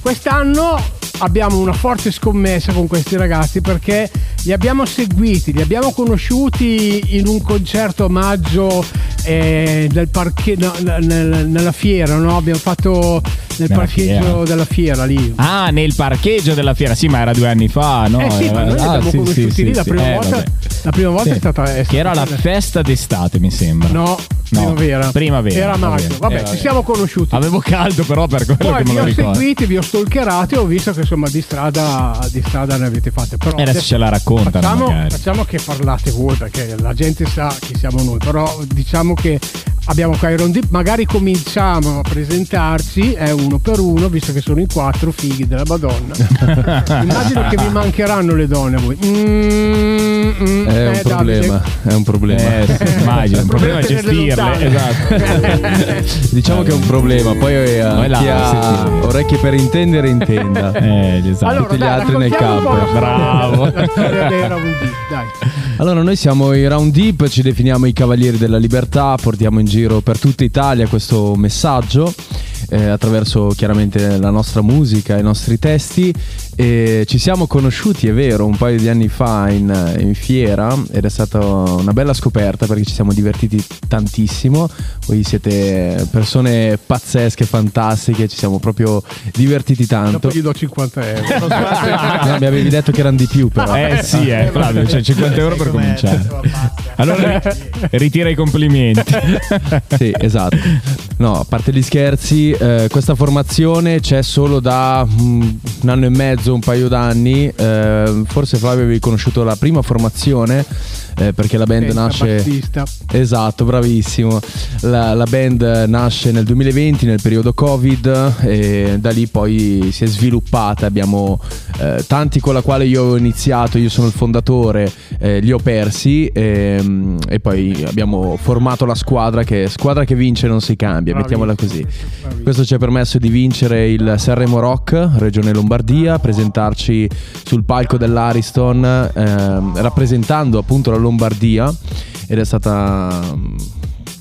[SPEAKER 2] Quest'anno abbiamo una forte scommessa con questi ragazzi perché li abbiamo seguiti, li abbiamo conosciuti in un concerto a maggio eh, nel parche- no, nel- nel- nella fiera, no? abbiamo fatto nel
[SPEAKER 5] Nella
[SPEAKER 2] parcheggio
[SPEAKER 5] fiera.
[SPEAKER 2] della fiera lì.
[SPEAKER 5] Ah, nel parcheggio della fiera. Sì, ma era due anni fa, no?
[SPEAKER 2] eh sì, ma noi li
[SPEAKER 5] Ah,
[SPEAKER 2] abbiamo
[SPEAKER 5] sì,
[SPEAKER 2] conosciuti
[SPEAKER 5] sì,
[SPEAKER 2] lì
[SPEAKER 5] sì,
[SPEAKER 2] la,
[SPEAKER 5] sì.
[SPEAKER 2] prima
[SPEAKER 5] Eh,
[SPEAKER 2] volta,
[SPEAKER 5] vabbè.
[SPEAKER 2] la prima volta
[SPEAKER 5] Sì.
[SPEAKER 2] è stata... è
[SPEAKER 5] Che era la
[SPEAKER 2] stata-
[SPEAKER 5] festa d'estate, mi sembra.
[SPEAKER 2] No,
[SPEAKER 5] No,
[SPEAKER 2] primavera.
[SPEAKER 5] primavera,
[SPEAKER 2] Era maggio.
[SPEAKER 5] primavera.
[SPEAKER 2] Vabbè,
[SPEAKER 5] Eh, vabbè.
[SPEAKER 2] ci siamo conosciuti.
[SPEAKER 5] Avevo caldo, però, per quello che
[SPEAKER 2] Poi
[SPEAKER 5] me
[SPEAKER 2] vi
[SPEAKER 5] lo
[SPEAKER 2] ho
[SPEAKER 5] ricordo.
[SPEAKER 2] seguiti, vi ho stalkerati e ho visto che insomma di strada, di strada ne avete fatte. Però
[SPEAKER 5] E adesso ce la raccontano,
[SPEAKER 2] facciamo,
[SPEAKER 5] magari.
[SPEAKER 2] facciamo che parlate voi perché la gente sa chi siamo noi, però diciamo che abbiamo qua i rondi, magari cominciamo a presentarci eh, uno per uno, visto che sono in quattro fighi della Madonna. Immagino che vi mancheranno le donne a voi. Mm, mm,
[SPEAKER 12] È un
[SPEAKER 2] eh, Davide,
[SPEAKER 12] problema, è un problema.
[SPEAKER 5] Eh, sì, immagino, il problema è
[SPEAKER 2] Tenerle
[SPEAKER 5] gestirle.
[SPEAKER 2] lontane.
[SPEAKER 5] Esatto.
[SPEAKER 12] Diciamo che è un problema, poi eh,
[SPEAKER 5] Poi là,
[SPEAKER 12] chi ha
[SPEAKER 5] sentite.
[SPEAKER 12] orecchie per intendere intenda.
[SPEAKER 5] Eh, esatto.
[SPEAKER 2] Allora,
[SPEAKER 12] Tutti gli
[SPEAKER 2] dai,
[SPEAKER 12] altri nel
[SPEAKER 2] raccontiamo un po'
[SPEAKER 12] campo.
[SPEAKER 2] la storia-
[SPEAKER 5] Bravo.
[SPEAKER 2] La storia dei Roundì, dai.
[SPEAKER 12] Allora, noi siamo i Round Deep, ci definiamo i Cavalieri della Libertà, portiamo in giro per tutta Italia questo messaggio eh, attraverso chiaramente la nostra musica, i nostri testi. E ci siamo conosciuti, è vero, un paio di anni fa in, in fiera ed è stata una bella scoperta perché ci siamo divertiti tantissimo. Voi siete persone pazzesche, fantastiche, ci siamo proprio divertiti tanto.
[SPEAKER 2] Dopo gli do 50 euro.
[SPEAKER 12] No, mi avevi detto che erano di più, però.
[SPEAKER 5] Eh sì, eh, Flavio, c'è 50 euro per cominciare. Allora ri- ritira i complimenti.
[SPEAKER 12] sì, esatto. No, a parte gli scherzi, eh, questa formazione c'è solo da mm, un anno e mezzo, un paio d'anni. Eh, forse Flavio avevi conosciuto la prima formazione, eh, perché la band
[SPEAKER 2] Senza
[SPEAKER 12] nasce...
[SPEAKER 2] bassista.
[SPEAKER 12] Esatto, bravissimo. La, la band nasce nel 2020, nel periodo Covid, e da lì poi si è sviluppata. Abbiamo eh, tanti con la quale io ho iniziato, io sono il fondatore, eh, li ho persi ehm, e, poi abbiamo formato la squadra che squadra che vince non si cambia,
[SPEAKER 2] Bravissimo.
[SPEAKER 12] mettiamola Ah, così.
[SPEAKER 2] Bravissimo.
[SPEAKER 12] Questo ci ha permesso di vincere il Sanremo Rock, Regione Lombardia, presentarci sul palco dell'Ariston ehm, rappresentando appunto la Lombardia ed è stata mm,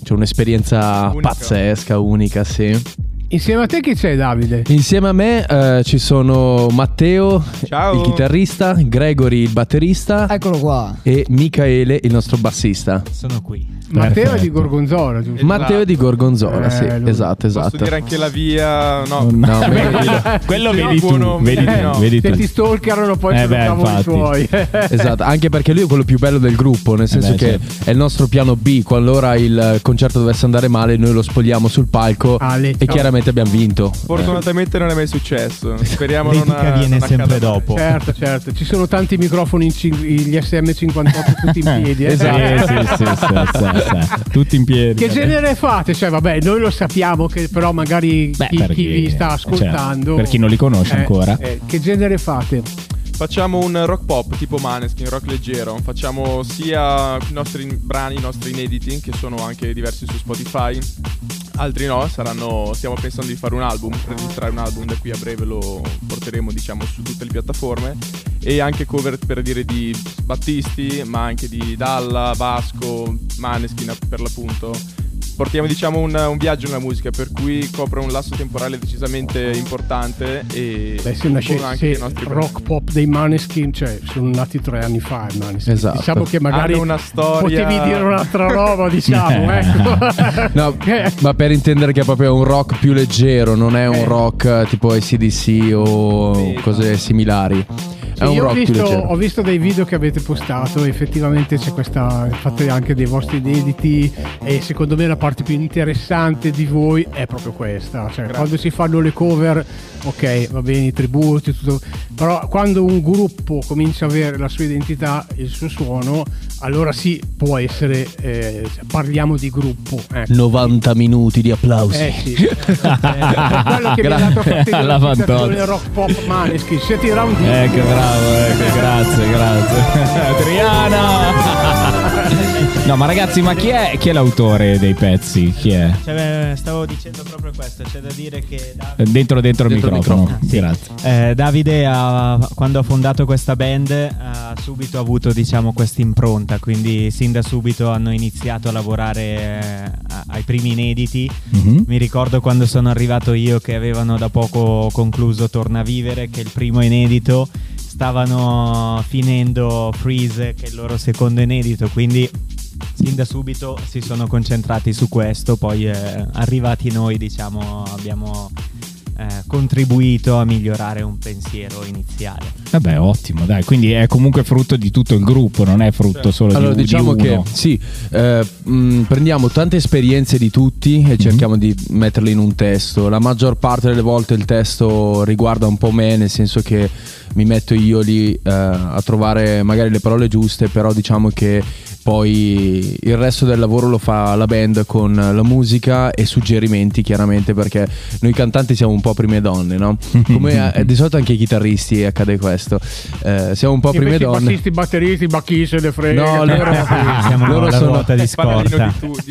[SPEAKER 12] cioè, un'esperienza pazzesca, unica, sì.
[SPEAKER 2] Insieme a te chi c'è Davide?
[SPEAKER 12] Insieme a me eh, ci sono Matteo, il chitarrista, Gregory, il batterista
[SPEAKER 10] Eccolo qua.
[SPEAKER 12] e Michele, il nostro bassista.
[SPEAKER 4] Sono qui.
[SPEAKER 2] Matteo è di
[SPEAKER 12] Perfetto.
[SPEAKER 2] Gorgonzola, giusto?
[SPEAKER 12] Matteo è di Gorgonzola,
[SPEAKER 2] Eh,
[SPEAKER 12] sì,
[SPEAKER 2] lui-
[SPEAKER 12] esatto, esatto.
[SPEAKER 13] Posso dire Esatto. anche la via. No,
[SPEAKER 12] No,
[SPEAKER 13] Beh,
[SPEAKER 12] vedi- quello
[SPEAKER 13] sì, no,
[SPEAKER 12] vedi tu,
[SPEAKER 13] buono- eh,
[SPEAKER 12] vedi tu,
[SPEAKER 13] no.
[SPEAKER 12] vedi
[SPEAKER 2] Se
[SPEAKER 12] tu.
[SPEAKER 2] ti stalkerano poi
[SPEAKER 12] Eh
[SPEAKER 2] sono
[SPEAKER 12] beh,
[SPEAKER 2] cavoli
[SPEAKER 12] infatti.
[SPEAKER 2] suoi.
[SPEAKER 12] Esatto, anche perché lui è quello più bello del gruppo, nel senso
[SPEAKER 2] beh,
[SPEAKER 12] che è il nostro piano B, qualora il concerto dovesse andare male noi lo spogliamo sul palco e
[SPEAKER 13] ciao.
[SPEAKER 12] chiaramente abbiamo vinto.
[SPEAKER 13] Fortunatamente non è mai successo. Speriamo non
[SPEAKER 12] L'etica
[SPEAKER 13] non
[SPEAKER 12] viene sempre
[SPEAKER 13] accada mai.
[SPEAKER 12] dopo.
[SPEAKER 2] Certo, certo. Ci sono tanti microfoni, in cin- gli SM58 tutti in piedi. eh.
[SPEAKER 5] Esatto,
[SPEAKER 12] Esatto.
[SPEAKER 5] Sì, sì, sì, sì, sì, sì. Tutti in piedi.
[SPEAKER 2] Che genere fate? Cioè, vabbè, noi lo sappiamo, che però magari chi,
[SPEAKER 5] perché-
[SPEAKER 2] chi vi sta
[SPEAKER 12] certo.
[SPEAKER 5] cioè,
[SPEAKER 2] ascoltando.
[SPEAKER 5] per chi non li conosce
[SPEAKER 2] Eh,
[SPEAKER 5] ancora.
[SPEAKER 2] eh, che genere fate?
[SPEAKER 13] Facciamo un rock pop tipo Maneskin, rock leggero. Facciamo sia i nostri brani, i nostri inediti, che sono anche diversi su Spotify. Altri no, saranno. Stiamo pensando di fare un album, registrare un album da qui a breve lo porteremo, diciamo, su tutte le piattaforme. E anche cover per dire di Battisti, ma anche di Dalla, Vasco, Maneskin per l'appunto. Portiamo diciamo un, un viaggio nella musica, per cui copre un lasso temporale decisamente importante e
[SPEAKER 2] Beh, se nasce
[SPEAKER 13] compongono anche
[SPEAKER 2] se
[SPEAKER 13] i nostri brani.
[SPEAKER 2] rock pop dei Maneskin, cioè sono nati tre anni fa i Maneskin.
[SPEAKER 12] Esatto.
[SPEAKER 2] Diciamo che magari
[SPEAKER 13] Hanno una storia-
[SPEAKER 2] potevi dire un'altra roba, diciamo, ecco.
[SPEAKER 12] No, ma per intendere che è proprio un rock più leggero, non è un rock eh, tipo ACDC o cose similari. È
[SPEAKER 2] Sì,
[SPEAKER 12] un
[SPEAKER 2] io ho
[SPEAKER 12] rock più
[SPEAKER 2] visto,
[SPEAKER 12] leggero.
[SPEAKER 2] ho visto dei video che avete postato, effettivamente c'è questa, fate anche dei vostri inediti e secondo me la parte più interessante di voi è proprio questa, cioè quando si fanno le cover, ok va bene i tributi, tutto, però quando un gruppo comincia a avere la sua identità, il suo suono, allora sì può essere, eh, parliamo di gruppo. Ecco.
[SPEAKER 12] 90 minuti di applausi.
[SPEAKER 2] Eh sì, Eh, quello che mi ha
[SPEAKER 12] Gra-
[SPEAKER 2] dato fastidio
[SPEAKER 12] alla
[SPEAKER 2] la sensazione
[SPEAKER 12] Fantozzi.
[SPEAKER 2] rock pop maneschi, siete i round
[SPEAKER 5] Ecco, bravo, ecco, grazie, grazie. Triana! No, ma ragazzi, ma chi è, chi è l'autore dei pezzi? Chi è?
[SPEAKER 14] Cioè, eh, stavo dicendo proprio questo, c'è da dire che da-
[SPEAKER 5] Eh, Dentro, dentro il
[SPEAKER 14] Dentro il
[SPEAKER 5] microfono.
[SPEAKER 14] microfono. Ah, sì.
[SPEAKER 5] Grazie.
[SPEAKER 14] eh, Davide ha- quando ha fondato questa band ha subito avuto diciamo questa impronta, quindi sin da subito hanno iniziato a lavorare eh, a- ai primi inediti.
[SPEAKER 5] Mhm.
[SPEAKER 14] Mi ricordo quando sono arrivato io che avevano da poco concluso Torna a vivere, che è il primo inedito stavano finendo Freeze, che è il loro secondo inedito, quindi sin da subito si sono concentrati su questo, poi eh, arrivati noi diciamo abbiamo eh, contribuito a migliorare un pensiero iniziale.
[SPEAKER 5] Vabbè, ottimo, dai. Quindi è comunque frutto di tutto il gruppo, non è frutto solo
[SPEAKER 12] Allora,
[SPEAKER 5] di, di
[SPEAKER 12] diciamo che
[SPEAKER 5] uno.
[SPEAKER 12] sì, eh, mh, prendiamo tante esperienze di tutti
[SPEAKER 5] Mhm.
[SPEAKER 12] e cerchiamo di metterle in un testo. La maggior parte delle volte il testo riguarda un po' me, nel senso che mi metto io lì eh, a trovare magari le parole giuste, però diciamo che poi il resto del lavoro lo fa la band con la musica e suggerimenti chiaramente perché noi cantanti siamo un po' prime donne, no? Come eh, di solito anche ai chitarristi accade questo. Eh, siamo un po' prime
[SPEAKER 2] Invece i
[SPEAKER 12] donne.
[SPEAKER 2] battisti, i batteristi, i bacchi se ne frega.
[SPEAKER 12] No, loro, loro sono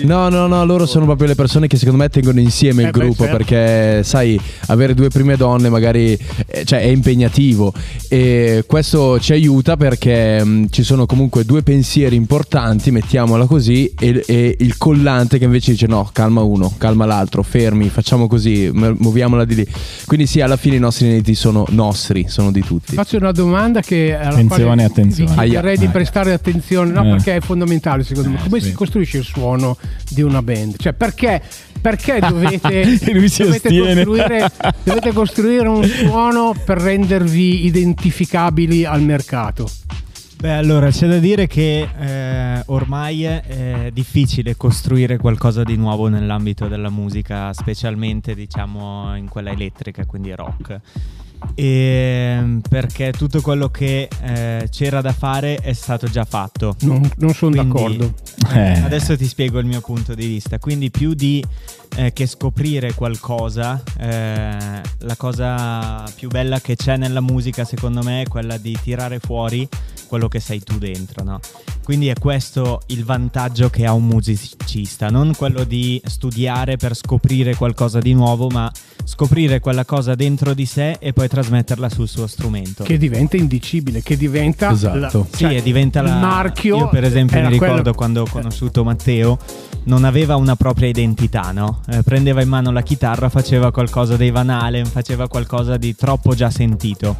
[SPEAKER 12] No, no, no, loro sono proprio le persone che secondo me tengono insieme
[SPEAKER 2] Eh,
[SPEAKER 12] il
[SPEAKER 2] beh,
[SPEAKER 12] gruppo
[SPEAKER 2] certo.
[SPEAKER 12] perché sai, avere due prime donne magari eh, cioè, è impegnativo e questo ci aiuta perché mh, ci sono comunque due pensieri importanti, mettiamola così, e, e il collante che invece dice no, calma uno, calma l'altro, fermi, facciamo così, m- muoviamola di lì. Quindi sì, alla fine i nostri inediti sono nostri, sono di tutti.
[SPEAKER 2] Faccio una domanda che eh, alla
[SPEAKER 5] Attenzione,
[SPEAKER 2] quale vi
[SPEAKER 5] attenzione.
[SPEAKER 2] chiederei
[SPEAKER 5] Aia,
[SPEAKER 2] di
[SPEAKER 5] aia.
[SPEAKER 2] prestare attenzione, no,
[SPEAKER 5] Eh.
[SPEAKER 2] perché è fondamentale secondo me. Come
[SPEAKER 5] sì.
[SPEAKER 2] si costruisce il suono di una band? Cioè, perché, perché dovete,
[SPEAKER 5] E lui si
[SPEAKER 2] dovete
[SPEAKER 5] astiene.
[SPEAKER 2] costruire, dovete costruire un suono per rendervi identificabili al mercato?
[SPEAKER 14] Beh, allora c'è da dire che eh, ormai è difficile costruire qualcosa di nuovo nell'ambito della musica, specialmente diciamo in quella elettrica, quindi rock. E, perché tutto quello che eh, c'era da fare è stato già fatto.
[SPEAKER 2] Non- non sono
[SPEAKER 14] Quindi,
[SPEAKER 2] d'accordo.
[SPEAKER 14] eh,
[SPEAKER 2] Eh.
[SPEAKER 14] Adesso ti spiego il mio punto di vista. Quindi, più di eh, che scoprire qualcosa, eh, la cosa più bella che c'è nella musica, secondo me, è quella di tirare fuori quello che sei tu dentro, no? Quindi è questo il vantaggio che ha un musicista, non quello di studiare per scoprire qualcosa di nuovo, ma scoprire quella cosa dentro di sé e poi trasmetterla sul suo strumento.
[SPEAKER 5] Esatto.
[SPEAKER 2] Che diventa indicibile, che diventa
[SPEAKER 14] Esatto.
[SPEAKER 2] la-
[SPEAKER 14] Sì,
[SPEAKER 2] cioè,
[SPEAKER 14] e diventa la-
[SPEAKER 2] il marchio.
[SPEAKER 14] Io, per esempio,
[SPEAKER 2] era
[SPEAKER 14] mi ricordo
[SPEAKER 2] quello-
[SPEAKER 14] quando ho conosciuto Matteo, non aveva una propria identità, no? Eh, prendeva in mano la chitarra, faceva qualcosa dei Van Halen, faceva qualcosa di troppo già sentito.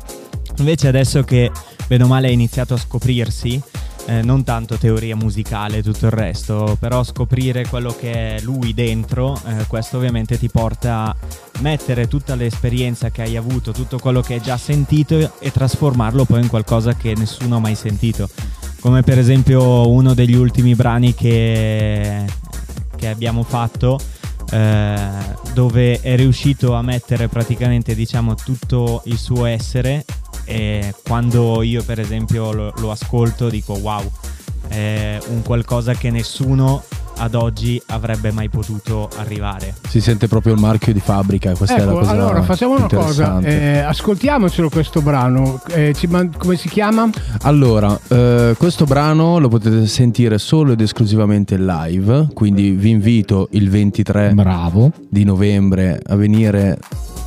[SPEAKER 14] Invece, adesso che bene o male ha iniziato a scoprirsi. eh, non tanto teoria musicale e tutto il resto, però scoprire quello che è lui dentro, eh, questo ovviamente ti porta a mettere tutta l'esperienza che hai avuto, tutto quello che hai già sentito e trasformarlo poi in qualcosa che nessuno ha mai sentito. Come per esempio uno degli ultimi brani che, che abbiamo fatto eh, dove è riuscito a mettere praticamente diciamo tutto il suo essere e quando io per esempio lo, lo ascolto dico wow è un qualcosa che nessuno ad oggi avrebbe mai potuto arrivare
[SPEAKER 12] Si sente proprio il marchio di fabbrica. Questa è la
[SPEAKER 2] Ecco,
[SPEAKER 12] cosa
[SPEAKER 2] allora facciamo una cosa,
[SPEAKER 12] interessante.
[SPEAKER 2] eh, ascoltiamocelo questo brano, Eh, ci man- come si chiama?
[SPEAKER 12] Allora, eh, questo brano lo potete sentire solo ed esclusivamente live, quindi vi invito il 23 di novembre a venire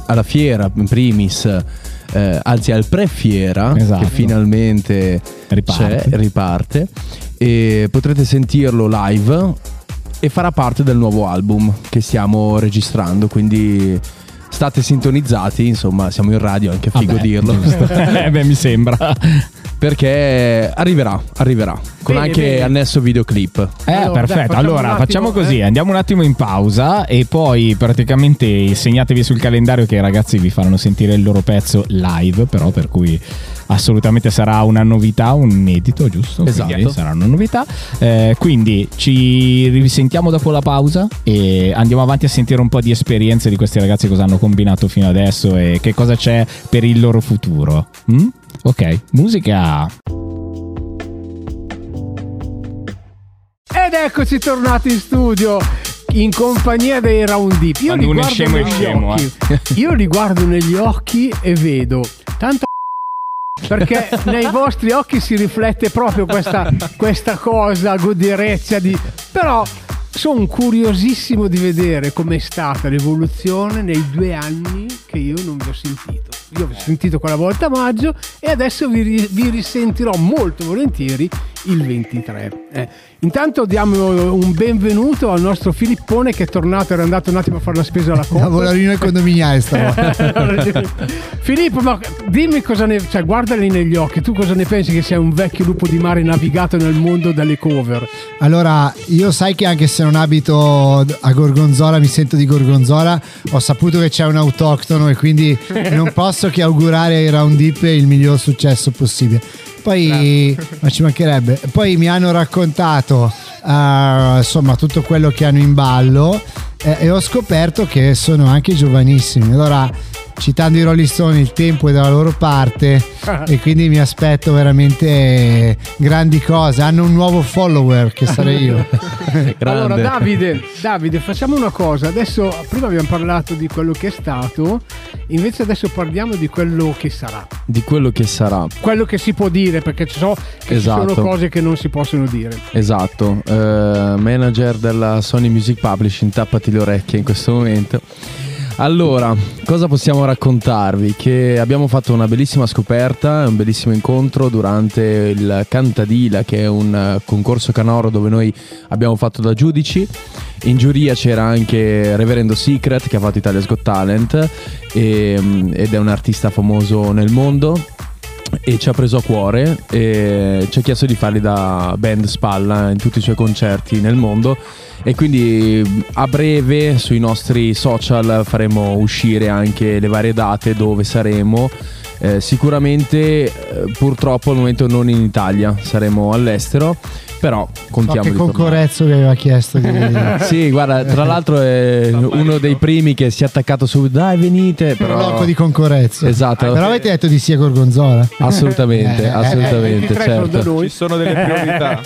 [SPEAKER 12] alla fiera in primis, eh, anzi al pre-fiera
[SPEAKER 5] Esatto.
[SPEAKER 12] che finalmente riparte. C'è, riparte e potrete sentirlo live e farà parte del nuovo album che stiamo registrando, quindi state sintonizzati, insomma siamo in radio, è anche figo
[SPEAKER 5] Vabbè,
[SPEAKER 12] dirlo.
[SPEAKER 5] giusto. Eh,
[SPEAKER 12] beh, mi sembra. Perché arriverà, arriverà, con
[SPEAKER 5] Bene,
[SPEAKER 12] anche
[SPEAKER 5] bene.
[SPEAKER 12] annesso videoclip.
[SPEAKER 5] Eh, perfetto. allora, facciamo così: andiamo un attimo eh. in pausa e poi praticamente segnatevi sul calendario che i ragazzi vi faranno sentire il loro pezzo live, però per cui assolutamente sarà una novità, un inedito, giusto? Quindi
[SPEAKER 12] Esatto.
[SPEAKER 5] sarà una novità. Eh, quindi ci risentiamo dopo la pausa e andiamo avanti a sentire un po' di esperienze di questi ragazzi cosa hanno combinato fino adesso e che cosa c'è per il loro futuro. Mm? Ok, musica.
[SPEAKER 2] Ed eccoci tornati in studio in compagnia dei Round Deep. Io
[SPEAKER 5] Quando
[SPEAKER 2] li
[SPEAKER 5] uno è
[SPEAKER 2] guardo
[SPEAKER 5] scemo, è
[SPEAKER 2] negli
[SPEAKER 5] scemo, eh.
[SPEAKER 2] occhi. Io li guardo negli occhi e vedo tanto perché nei vostri occhi si riflette proprio questa, questa cosa, goderezza di... Però sono curiosissimo di vedere com'è stata l'evoluzione nei due anni che io non vi ho sentito. Io vi ho sentito quella volta a maggio e adesso vi, ri- vi risentirò molto volentieri il 23. Eh, Intanto diamo un benvenuto al nostro Filippone che è tornato, era andato un attimo a fare la spesa alla compra.
[SPEAKER 9] Tavolino e condominiale stavolta.
[SPEAKER 2] Filippo, ma dimmi cosa ne. cioè, guardali negli occhi. Tu cosa ne pensi che sei un vecchio lupo di mare navigato nel mondo delle cover?
[SPEAKER 9] Allora, io sai che anche se non abito a Gorgonzola, mi sento di Gorgonzola, ho saputo che c'è un autoctono e quindi non posso che augurare ai Round Deep il miglior successo possibile. Poi, ma ci mancherebbe, poi mi hanno raccontato eh, insomma tutto quello che hanno in ballo eh, e ho scoperto che sono anche giovanissimi. Allora, citando i Rolling Stone, il tempo è dalla loro parte e quindi mi aspetto veramente grandi cose. Hanno un nuovo follower che sarei io.
[SPEAKER 2] Allora, Davide, Davide, facciamo una cosa. Adesso, prima abbiamo parlato di quello che è stato, invece adesso parliamo di quello che sarà.
[SPEAKER 12] Di quello che sarà.
[SPEAKER 2] Quello che si può dire, perché ci so che ci
[SPEAKER 12] Esatto.
[SPEAKER 2] sono cose che non si possono dire.
[SPEAKER 12] Esatto, eh, manager della Sony Music Publishing, tappati le orecchie in questo momento. Allora, cosa possiamo raccontarvi? Che abbiamo fatto una bellissima scoperta, un bellissimo incontro durante il Cantadila, che è un eh, concorso canoro dove noi abbiamo fatto da giudici. In giuria c'era anche Reverendo Secret che ha fatto Italia's Got Talent e, mm, ed è un artista famoso nel mondo e ci ha preso a cuore e ci ha chiesto di farli da band spalla in tutti i suoi concerti nel mondo e quindi a breve sui nostri social faremo uscire anche le varie date dove saremo Eh, sicuramente eh, purtroppo al momento non in Italia saremo all'estero però
[SPEAKER 9] So
[SPEAKER 12] contiamo
[SPEAKER 9] che
[SPEAKER 12] di tornare.
[SPEAKER 9] concorrezzo che aveva chiesto di
[SPEAKER 12] sì, guarda, tra l'altro è uno dei primi che si è attaccato su dai venite,
[SPEAKER 9] Un
[SPEAKER 12] però
[SPEAKER 9] blocco di concorrenza.
[SPEAKER 12] Esatto.
[SPEAKER 9] Però avete detto di sì a Gorgonzola.
[SPEAKER 12] Assolutamente, assolutamente, certo.
[SPEAKER 13] Ci sono delle priorità.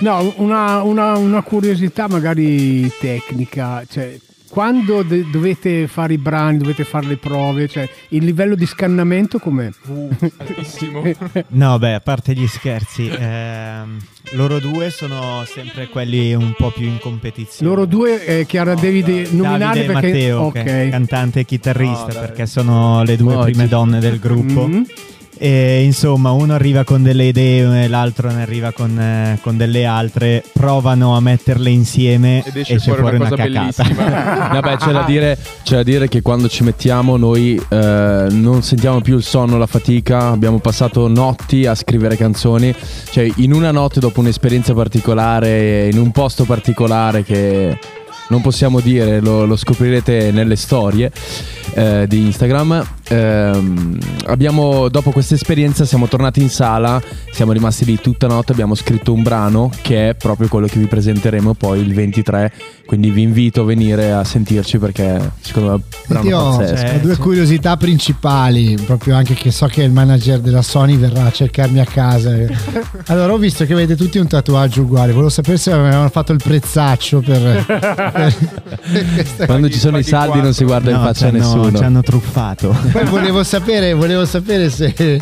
[SPEAKER 2] No, una, una- una curiosità magari tecnica, cioè quando de- dovete fare i brani, dovete fare le prove, cioè il livello di scannamento com'è?
[SPEAKER 14] Uh, No, beh, a parte gli scherzi, ehm, loro due sono sempre quelli un po' più in competizione.
[SPEAKER 2] Loro due, eh, Chiara, devi de- nominare
[SPEAKER 14] Davide e
[SPEAKER 2] perché...
[SPEAKER 14] Matteo,
[SPEAKER 2] ok.
[SPEAKER 13] Oh,
[SPEAKER 14] che è cantante e chitarrista,
[SPEAKER 2] No, dai.
[SPEAKER 14] perché sono le due
[SPEAKER 2] Oggi. Mm-hmm.
[SPEAKER 14] prime donne del gruppo. E, insomma, uno arriva con delle idee, eh, l'altro ne arriva con, eh, con delle altre, provano a metterle insieme
[SPEAKER 13] Ed
[SPEAKER 14] e
[SPEAKER 13] esce
[SPEAKER 14] c'è
[SPEAKER 13] fuori
[SPEAKER 14] fuori,
[SPEAKER 13] una
[SPEAKER 14] una,
[SPEAKER 13] cosa
[SPEAKER 14] cacata.
[SPEAKER 12] Vabbè, c'è da, dire, c'è da dire che quando ci mettiamo noi eh, non sentiamo più il sonno, la fatica, abbiamo passato notti a scrivere canzoni, cioè in una notte dopo un'esperienza particolare, in un posto particolare che non possiamo dire, lo, lo scoprirete nelle storie eh, di Instagram. Ehm, abbiamo, dopo questa esperienza siamo tornati in sala, siamo rimasti lì tutta notte, abbiamo scritto un brano che è proprio quello che vi presenteremo poi il 23, quindi vi invito a venire a sentirci perché secondo me è un brano
[SPEAKER 9] Io ho
[SPEAKER 12] pazzesco.
[SPEAKER 9] due curiosità principali, proprio anche che so che il manager della Sony verrà a cercarmi a casa. Allora, ho visto che avete tutti un tatuaggio uguale, volevo sapere se avevano fatto il prezzaccio per...
[SPEAKER 12] Quando ci sono i saldi non si guarda in
[SPEAKER 14] No, cioè,
[SPEAKER 12] faccia a
[SPEAKER 14] c'hanno-
[SPEAKER 12] nessuno.
[SPEAKER 14] Ci hanno truffato.
[SPEAKER 9] Poi volevo sapere, volevo sapere se,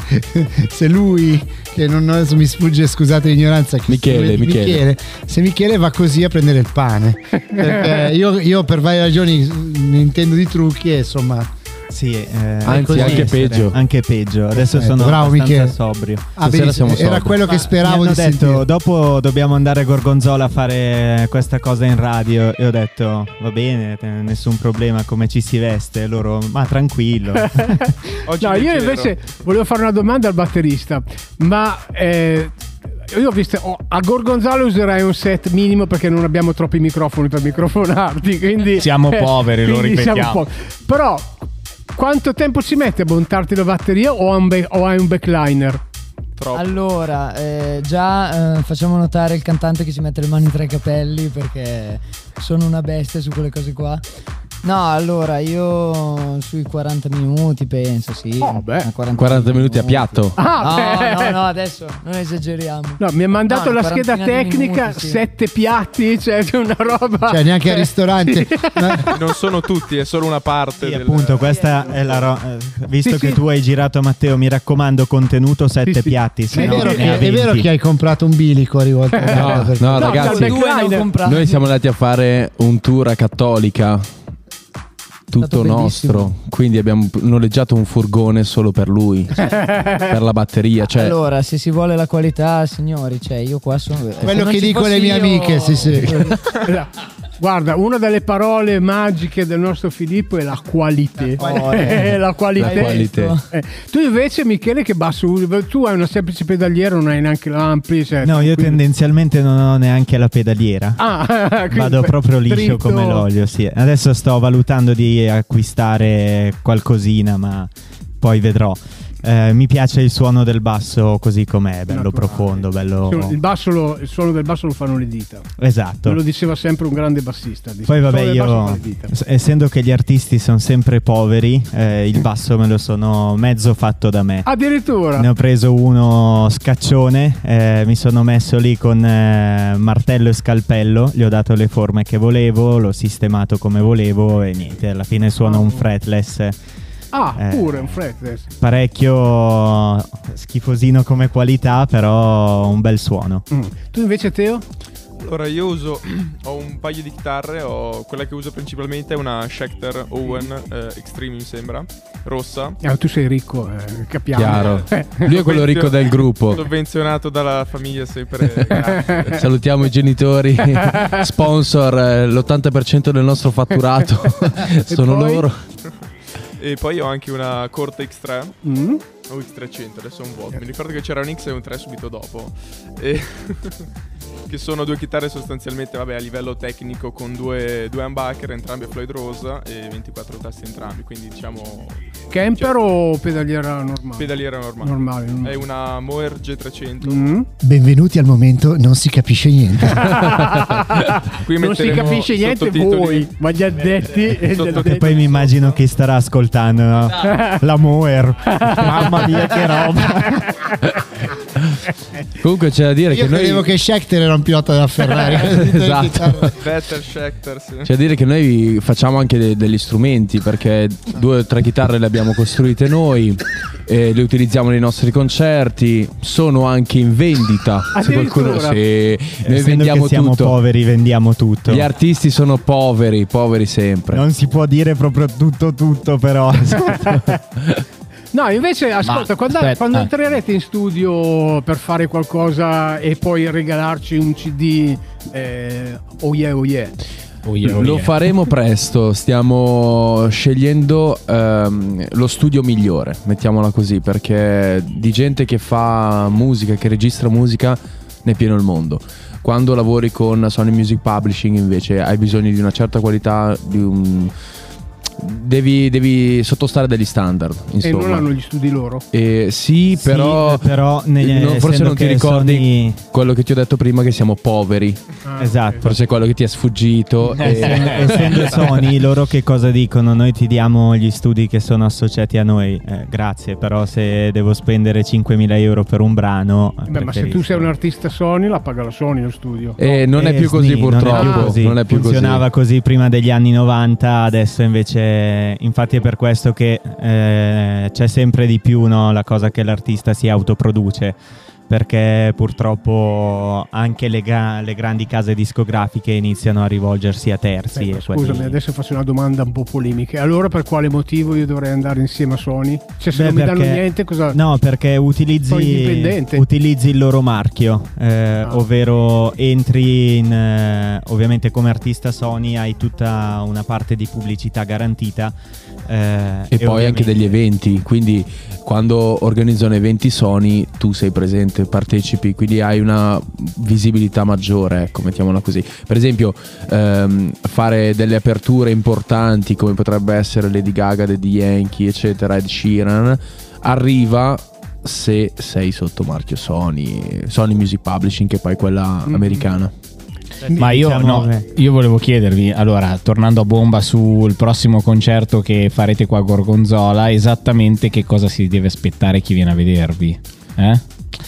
[SPEAKER 9] se lui, che non adesso mi sfugge, scusate l'ignoranza, che
[SPEAKER 12] Michele,
[SPEAKER 9] si-
[SPEAKER 12] Michele.
[SPEAKER 9] se Michele va così a prendere il pane. Perché io, io per varie ragioni ne intendo di trucchi e insomma...
[SPEAKER 14] Sì, eh,
[SPEAKER 9] così.
[SPEAKER 14] Anche peggio. Adesso
[SPEAKER 9] Perfetto,
[SPEAKER 14] sono
[SPEAKER 9] Eh, bravo,
[SPEAKER 14] abbastanza
[SPEAKER 9] Michele.
[SPEAKER 14] sobrio.
[SPEAKER 9] Ah, Stasera benissimo, siamo era sobri. quello che
[SPEAKER 14] Ma
[SPEAKER 9] speravo
[SPEAKER 14] mi hanno
[SPEAKER 9] di
[SPEAKER 14] detto,
[SPEAKER 9] sentire.
[SPEAKER 14] dopo dobbiamo andare a Gorgonzola a fare questa cosa in radio e ho detto va bene, te- nessun problema, come ci si veste? Loro, ma tranquillo.
[SPEAKER 2] no, io
[SPEAKER 13] leggero.
[SPEAKER 2] invece volevo fare una domanda al batterista, ma eh, io ho visto oh, a Gorgonzalo userai un set minimo perché non abbiamo troppi microfoni per microfonarti, quindi
[SPEAKER 5] Siamo poveri, lo
[SPEAKER 2] quindi siamo
[SPEAKER 5] ripetiamo.
[SPEAKER 2] poveri. Però quanto tempo ci mette a montarti la batteria o hai un, back- o hai un backliner?
[SPEAKER 15] Allora, eh, già eh, facciamo notare il cantante che ci mette le mani tra i capelli perché sono una bestia su quelle cose qua. No, allora io sui 40 minuti penso, sì. Oh, beh. 40,
[SPEAKER 12] 40 minuti a piatto.
[SPEAKER 2] Ah!
[SPEAKER 15] no, no, no, adesso non esageriamo.
[SPEAKER 2] No, mi ha mandato
[SPEAKER 15] No,
[SPEAKER 2] la
[SPEAKER 15] una
[SPEAKER 2] scheda
[SPEAKER 15] quarantina di
[SPEAKER 2] tecnica,
[SPEAKER 15] minuti, sì.
[SPEAKER 2] sette piatti, cioè c'è una roba.
[SPEAKER 9] Cioè, neanche al ristorante.
[SPEAKER 13] non sono tutti, è solo una parte. del...
[SPEAKER 14] Appunto, questa è la ro- eh, Visto
[SPEAKER 13] Sì,
[SPEAKER 14] che
[SPEAKER 13] sì.
[SPEAKER 14] tu hai girato, Matteo, mi raccomando, contenuto sette piatti. Se
[SPEAKER 9] È,
[SPEAKER 14] no,
[SPEAKER 9] vero
[SPEAKER 14] ne
[SPEAKER 9] che,
[SPEAKER 14] ha
[SPEAKER 9] è vero
[SPEAKER 14] 20.
[SPEAKER 9] che hai comprato un bilico rivolto a te,
[SPEAKER 12] No,
[SPEAKER 9] Eh, perché-
[SPEAKER 12] no, ragazzi, noi siamo andati a fare un tour a Cattolica. Tutto
[SPEAKER 9] bellissimo.
[SPEAKER 12] nostro, quindi abbiamo noleggiato un furgone solo per lui, per la batteria. Cioè,
[SPEAKER 15] Allora, se si vuole la qualità, signori, cioè io qua sono...
[SPEAKER 2] Eh,
[SPEAKER 9] Quello che dico alle mie amiche, sì, sì.
[SPEAKER 2] Esatto. Guarda, una delle parole magiche del nostro Filippo è la qualità.
[SPEAKER 15] Oh,
[SPEAKER 2] Eh,
[SPEAKER 15] eh.
[SPEAKER 2] la qualità.
[SPEAKER 12] La qualità.
[SPEAKER 2] Eh, Tu invece, Michele, che basso usi? Beh, Tu hai una semplice pedaliera, non hai neanche l'ampli. cioè,
[SPEAKER 14] No, io
[SPEAKER 2] quindi-
[SPEAKER 14] tendenzialmente non ho neanche la pedaliera.
[SPEAKER 2] Ah, quindi
[SPEAKER 14] Vado
[SPEAKER 2] per-
[SPEAKER 14] proprio liscio
[SPEAKER 2] dritto.
[SPEAKER 14] come l'olio, sì. Adesso sto valutando di acquistare qualcosina, ma poi vedrò. Eh, mi piace il suono del basso così com'è, bello profondo, bello...
[SPEAKER 2] Il, basso lo- il suono del basso lo fanno le dita.
[SPEAKER 14] Esatto.
[SPEAKER 2] Me lo diceva sempre un grande bassista. dice,
[SPEAKER 14] Poi
[SPEAKER 2] "Il
[SPEAKER 14] vabbè
[SPEAKER 2] suono del basso fa
[SPEAKER 14] io,
[SPEAKER 2] le dita".
[SPEAKER 14] s- essendo che gli artisti sono sempre poveri, eh, il basso me lo sono mezzo fatto da
[SPEAKER 2] Ah,
[SPEAKER 14] me.
[SPEAKER 2] Addirittura.
[SPEAKER 14] Ne ho preso uno scaccione, eh, mi sono messo lì con eh, martello e scalpello, gli ho dato le forme che volevo, l'ho sistemato come volevo e niente, alla fine suona un fretless.
[SPEAKER 2] Ah,
[SPEAKER 14] Eh,
[SPEAKER 2] pure un fretless.
[SPEAKER 14] Parecchio schifosino come qualità, però un bel suono.
[SPEAKER 2] Tu invece, Teo?
[SPEAKER 13] Allora, io uso. Ho un paio di chitarre. Ho, quella che uso principalmente è una Schecter Owen eh, Extreme, mi sembra. Rossa.
[SPEAKER 2] Ah, tu sei ricco, eh, capiamo.
[SPEAKER 12] Chiaro.
[SPEAKER 2] Eh.
[SPEAKER 12] Lui è quello ricco del gruppo.
[SPEAKER 13] Sovvenzionato dalla famiglia sempre. grazie.
[SPEAKER 12] Salutiamo i genitori, sponsor, eh, l'80% del nostro fatturato sono
[SPEAKER 13] poi?
[SPEAKER 12] loro.
[SPEAKER 13] E poi ho anche una Cortex 3
[SPEAKER 2] Mm. Eh.
[SPEAKER 13] o X300, Oh, adesso è un vuoto. Mi ricordo che c'era un X e un 3 subito dopo. E che sono due chitarre sostanzialmente, vabbè, a livello tecnico con due, due humbucker, entrambi a Floyd Rose e 24 tasti entrambi, quindi diciamo
[SPEAKER 2] Camper o pedaliera normale?
[SPEAKER 13] pedaliera normale.
[SPEAKER 2] Normale, normale. Mm.
[SPEAKER 13] È una Moer G300.
[SPEAKER 9] Benvenuti al momento, non si capisce niente.
[SPEAKER 13] Qui
[SPEAKER 2] non si
[SPEAKER 13] metteremo
[SPEAKER 2] capisce niente
[SPEAKER 13] sottotitoli.
[SPEAKER 2] voi, ma gli addetti e gli
[SPEAKER 14] E
[SPEAKER 2] addetti.
[SPEAKER 14] poi mi immagino chi starà ascoltando no? la Moer. Mamma mia, che roba!
[SPEAKER 12] Comunque c'è da dire
[SPEAKER 9] Io
[SPEAKER 12] che noi...
[SPEAKER 9] credevo che Schechter era un pilota della Ferrari.
[SPEAKER 12] Esatto.
[SPEAKER 13] Better Schecter, sì.
[SPEAKER 12] C'è da dire che noi facciamo anche de- degli strumenti perché due o tre chitarre le abbiamo costruite noi, eh, le utilizziamo nei nostri concerti, sono anche in vendita. Se qualcuno
[SPEAKER 14] Addirittura?
[SPEAKER 12] se noi
[SPEAKER 14] Essendo
[SPEAKER 12] vendiamo
[SPEAKER 14] che siamo
[SPEAKER 12] tutto.
[SPEAKER 14] poveri, vendiamo tutto.
[SPEAKER 12] Gli artisti sono poveri, poveri sempre.
[SPEAKER 14] Non si può dire proprio tutto tutto però.
[SPEAKER 2] No, invece, ascolta, quando,
[SPEAKER 5] aspetta,
[SPEAKER 2] quando
[SPEAKER 5] eh.
[SPEAKER 2] entrerete in studio per fare qualcosa e poi regalarci un CD, eh, oh yeah, oh yeah. oh,
[SPEAKER 12] Lo faremo presto, stiamo scegliendo ehm, lo studio migliore, mettiamola così, perché di gente che fa musica, che registra musica, ne è pieno il mondo. Quando lavori con Sony Music Publishing invece hai bisogno di una certa qualità, di un- devi, devi sottostare degli standard.
[SPEAKER 2] E
[SPEAKER 12] Insomma.
[SPEAKER 2] non hanno gli studi loro.
[SPEAKER 12] Eh, sì,
[SPEAKER 2] Sì,
[SPEAKER 12] però, eh,
[SPEAKER 2] però negli-
[SPEAKER 12] no, forse
[SPEAKER 2] essendo
[SPEAKER 12] non ti
[SPEAKER 2] che
[SPEAKER 12] ricordi quello che ti ho detto prima che siamo poveri.
[SPEAKER 14] Esatto.
[SPEAKER 12] Forse è quello che ti è sfuggito. eh. e-
[SPEAKER 14] Essendo, Eh, essendo Sony, loro che cosa dicono? Noi ti diamo gli studi che sono associati a noi, Eh, grazie, però se devo spendere 5.000 euro per un brano...
[SPEAKER 2] Beh,
[SPEAKER 14] eh,
[SPEAKER 2] ma se
[SPEAKER 14] preferisco.
[SPEAKER 2] tu sei un artista Sony, la paga la Sony lo studio.
[SPEAKER 12] Eh, non è più così,
[SPEAKER 14] sì,
[SPEAKER 12] purtroppo,
[SPEAKER 14] Non è più così.
[SPEAKER 12] non è più così.
[SPEAKER 14] Funzionava così prima degli anni 90, adesso invece, infatti è per questo che eh, c'è sempre di più no, la cosa che l'artista si autoproduce. Perché purtroppo anche le, ga- le grandi case discografiche iniziano a rivolgersi a terzi. e quelli-
[SPEAKER 2] Scusami, adesso faccio una domanda un po' polemica. Allora, per quale motivo io dovrei andare insieme a Sony? Cioè, se
[SPEAKER 14] Beh,
[SPEAKER 2] non mi danno
[SPEAKER 14] perché-
[SPEAKER 2] niente, cosa.
[SPEAKER 14] No, perché
[SPEAKER 2] Sono
[SPEAKER 14] utilizzi,
[SPEAKER 2] indipendente. Ah.
[SPEAKER 14] utilizzi il loro marchio, eh, ovvero entri in, eh, ovviamente come artista Sony hai tutta una parte di pubblicità garantita. eh,
[SPEAKER 12] E poi anche degli eventi, quindi quando organizzano eventi Sony tu sei presente, partecipi, quindi hai una visibilità maggiore, ecco, mettiamola così. Per esempio ehm, fare delle aperture importanti come potrebbe essere Lady Gaga, Daddy Yankee, eccetera, Ed Sheeran, arriva se sei sotto marchio Sony, Sony Music Publishing che è poi è quella
[SPEAKER 5] Mm.
[SPEAKER 12] americana.
[SPEAKER 5] Ma io,
[SPEAKER 12] Diciamo
[SPEAKER 5] no, io volevo chiedervi, allora, tornando a bomba sul prossimo concerto che farete qua a Gorgonzola, esattamente che cosa si deve aspettare chi viene a vedervi? Eh?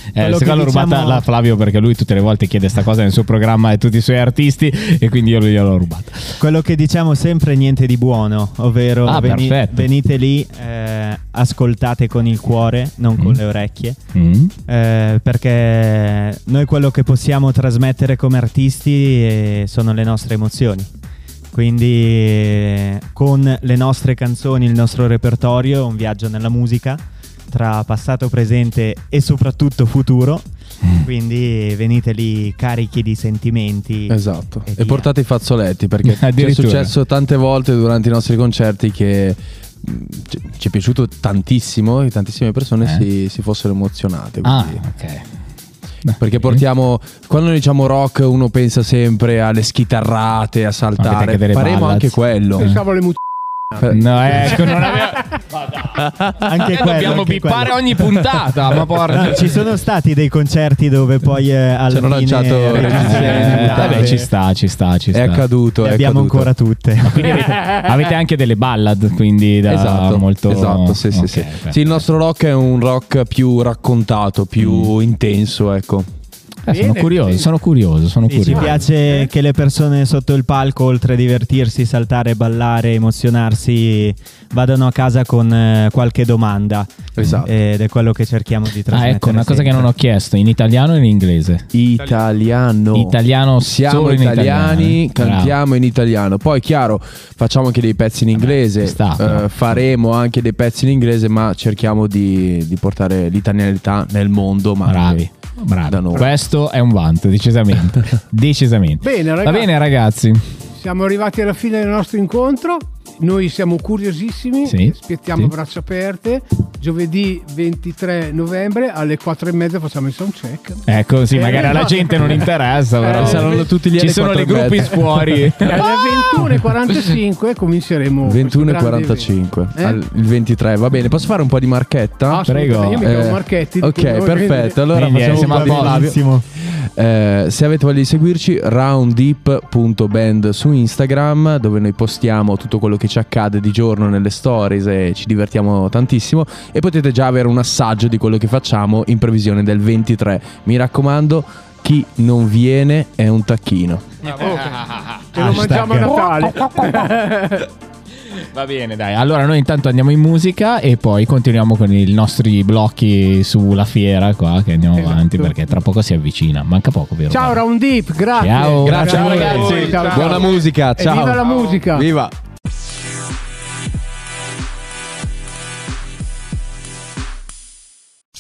[SPEAKER 5] Eh,
[SPEAKER 16] Quello
[SPEAKER 5] se
[SPEAKER 16] che
[SPEAKER 5] l'ho
[SPEAKER 16] diciamo-
[SPEAKER 5] rubata la Flavio perché lui tutte le volte chiede sta cosa nel suo programma e tutti i suoi artisti e quindi io gliel'ho rubata.
[SPEAKER 14] Quello che diciamo sempre niente di buono, ovvero
[SPEAKER 5] Ah,
[SPEAKER 14] veni-
[SPEAKER 5] perfetto.
[SPEAKER 14] venite lì, eh, ascoltate con il cuore, non con
[SPEAKER 5] Mm.
[SPEAKER 14] le orecchie,
[SPEAKER 5] Mm.
[SPEAKER 14] eh, perché noi quello che possiamo trasmettere come artisti eh, sono le nostre emozioni. Quindi eh, con le nostre canzoni, il nostro repertorio, un viaggio nella musica tra passato, presente e soprattutto futuro.
[SPEAKER 5] Mm.
[SPEAKER 14] Quindi venite lì carichi di sentimenti.
[SPEAKER 12] Esatto. E portate i fazzoletti perché è
[SPEAKER 14] Addirittura.
[SPEAKER 12] successo tante volte durante i nostri concerti che mh, ci- ci è piaciuto tantissimo e tantissime persone
[SPEAKER 5] Eh.
[SPEAKER 12] si, si fossero emozionate.
[SPEAKER 5] Ah,
[SPEAKER 12] quindi-
[SPEAKER 5] ok.
[SPEAKER 12] Perché portiamo, quando noi diciamo rock, uno pensa sempre alle schitarrate, a
[SPEAKER 5] Avete
[SPEAKER 12] saltare.
[SPEAKER 5] anche delle
[SPEAKER 12] Faremo
[SPEAKER 5] ballads.
[SPEAKER 12] anche quello.
[SPEAKER 2] Pensavo alle mut- Eh,
[SPEAKER 5] No, ecco, non avevo...
[SPEAKER 14] Anche quello,
[SPEAKER 5] Eh, Dobbiamo
[SPEAKER 14] anche
[SPEAKER 5] pippare
[SPEAKER 14] quello.
[SPEAKER 5] ogni puntata, ma porca...
[SPEAKER 14] No, ci sono stati dei concerti dove poi eh, alla
[SPEAKER 5] hanno
[SPEAKER 14] fine
[SPEAKER 5] lanciato
[SPEAKER 14] eh,
[SPEAKER 5] registrazioni. Vabbè, ci sta, ci sta, ci sta.
[SPEAKER 12] È accaduto,
[SPEAKER 14] Le
[SPEAKER 12] è
[SPEAKER 14] abbiamo
[SPEAKER 12] accaduto.
[SPEAKER 14] ancora tutte.
[SPEAKER 5] Quindi avete, avete anche delle ballad, quindi da
[SPEAKER 12] Esatto,
[SPEAKER 5] molto...
[SPEAKER 12] esatto, sì, sì,
[SPEAKER 5] Ok,
[SPEAKER 12] sì.
[SPEAKER 5] ok.
[SPEAKER 12] Sì, il nostro rock è un rock più raccontato, più
[SPEAKER 5] Mm.
[SPEAKER 12] intenso, ecco.
[SPEAKER 5] Eh, sono
[SPEAKER 14] Bene,
[SPEAKER 5] curioso,
[SPEAKER 14] bene.
[SPEAKER 5] sono curioso, sono
[SPEAKER 14] Sì, ci
[SPEAKER 5] curioso.
[SPEAKER 14] piace che le persone sotto il palco, oltre a divertirsi, saltare, ballare, emozionarsi, vadano a casa con eh, qualche domanda.
[SPEAKER 12] Esatto.
[SPEAKER 14] Ed è quello che cerchiamo di
[SPEAKER 5] Ah,
[SPEAKER 14] trasmettere.
[SPEAKER 5] ecco, una cosa che
[SPEAKER 14] sempre.
[SPEAKER 5] non ho chiesto, in italiano e Ah, in inglese.
[SPEAKER 12] Italiano.
[SPEAKER 5] Italiano
[SPEAKER 12] Siamo
[SPEAKER 5] solo in
[SPEAKER 12] italiani,
[SPEAKER 5] italiano.
[SPEAKER 12] cantiamo in italiano. Poi, chiaro, facciamo anche dei pezzi in inglese. eh, faremo anche dei pezzi in inglese, ma cerchiamo di, di portare l'italianità nel mondo. Ma
[SPEAKER 5] Bravi.
[SPEAKER 12] bravi. Da noi.
[SPEAKER 5] Questo è un vanto, decisamente. decisamente.
[SPEAKER 2] Bene,
[SPEAKER 5] Va
[SPEAKER 2] ragazzi.
[SPEAKER 5] bene, ragazzi.
[SPEAKER 2] Siamo arrivati alla fine del nostro incontro. Noi siamo curiosissimi,
[SPEAKER 5] Sì,
[SPEAKER 2] aspettiamo
[SPEAKER 5] sì.
[SPEAKER 2] braccia aperte. Giovedì 23 novembre alle 4 e mezza facciamo il sound check.
[SPEAKER 5] Ecco, sì,
[SPEAKER 2] Eh,
[SPEAKER 5] magari alla
[SPEAKER 2] no.
[SPEAKER 5] gente non interessa,
[SPEAKER 2] Eh,
[SPEAKER 5] però
[SPEAKER 2] saranno tutti lì
[SPEAKER 5] ci
[SPEAKER 2] alle
[SPEAKER 5] sono le
[SPEAKER 2] 4 e
[SPEAKER 5] gruppi
[SPEAKER 2] mezza.
[SPEAKER 5] fuori.
[SPEAKER 2] E alle 21.45 cominceremo. questo
[SPEAKER 12] 21 e
[SPEAKER 2] grande
[SPEAKER 12] 45
[SPEAKER 2] evento. Eh?
[SPEAKER 12] al- il 23 va bene posso fare un po' di marchetta?
[SPEAKER 2] Ah,
[SPEAKER 12] Eh,
[SPEAKER 2] Assolutamente, Prego. io mi chiamo Marchetti,
[SPEAKER 12] ok
[SPEAKER 2] quindi-
[SPEAKER 12] perfetto allora
[SPEAKER 5] Quindi, eh,
[SPEAKER 12] facciamo
[SPEAKER 5] siamo
[SPEAKER 12] un po'
[SPEAKER 5] a
[SPEAKER 12] di
[SPEAKER 5] posto.
[SPEAKER 12] Flavio. Eh, se avete voglia di seguirci rounddeep.band su Instagram dove noi postiamo tutto quello che ci accade di giorno nelle stories e ci divertiamo tantissimo e potete già avere un assaggio di quello che facciamo in previsione del 23 mi raccomando chi non viene è un tacchino
[SPEAKER 5] Ah,
[SPEAKER 2] Te Ah, lo mangiamo a Natale.
[SPEAKER 5] Va bene, dai. Allora, noi intanto andiamo in musica e poi continuiamo con i nostri blocchi sulla fiera qua che andiamo
[SPEAKER 2] Esatto.
[SPEAKER 5] avanti perché tra poco si avvicina. Manca poco, vero?
[SPEAKER 2] Ciao Round Deep, Ah, grazie.
[SPEAKER 5] Ciao, grazie a voi.
[SPEAKER 2] ragazzi. Ciao, ciao.
[SPEAKER 5] Buona musica,
[SPEAKER 2] E
[SPEAKER 5] ciao.
[SPEAKER 2] viva la musica.
[SPEAKER 12] Viva.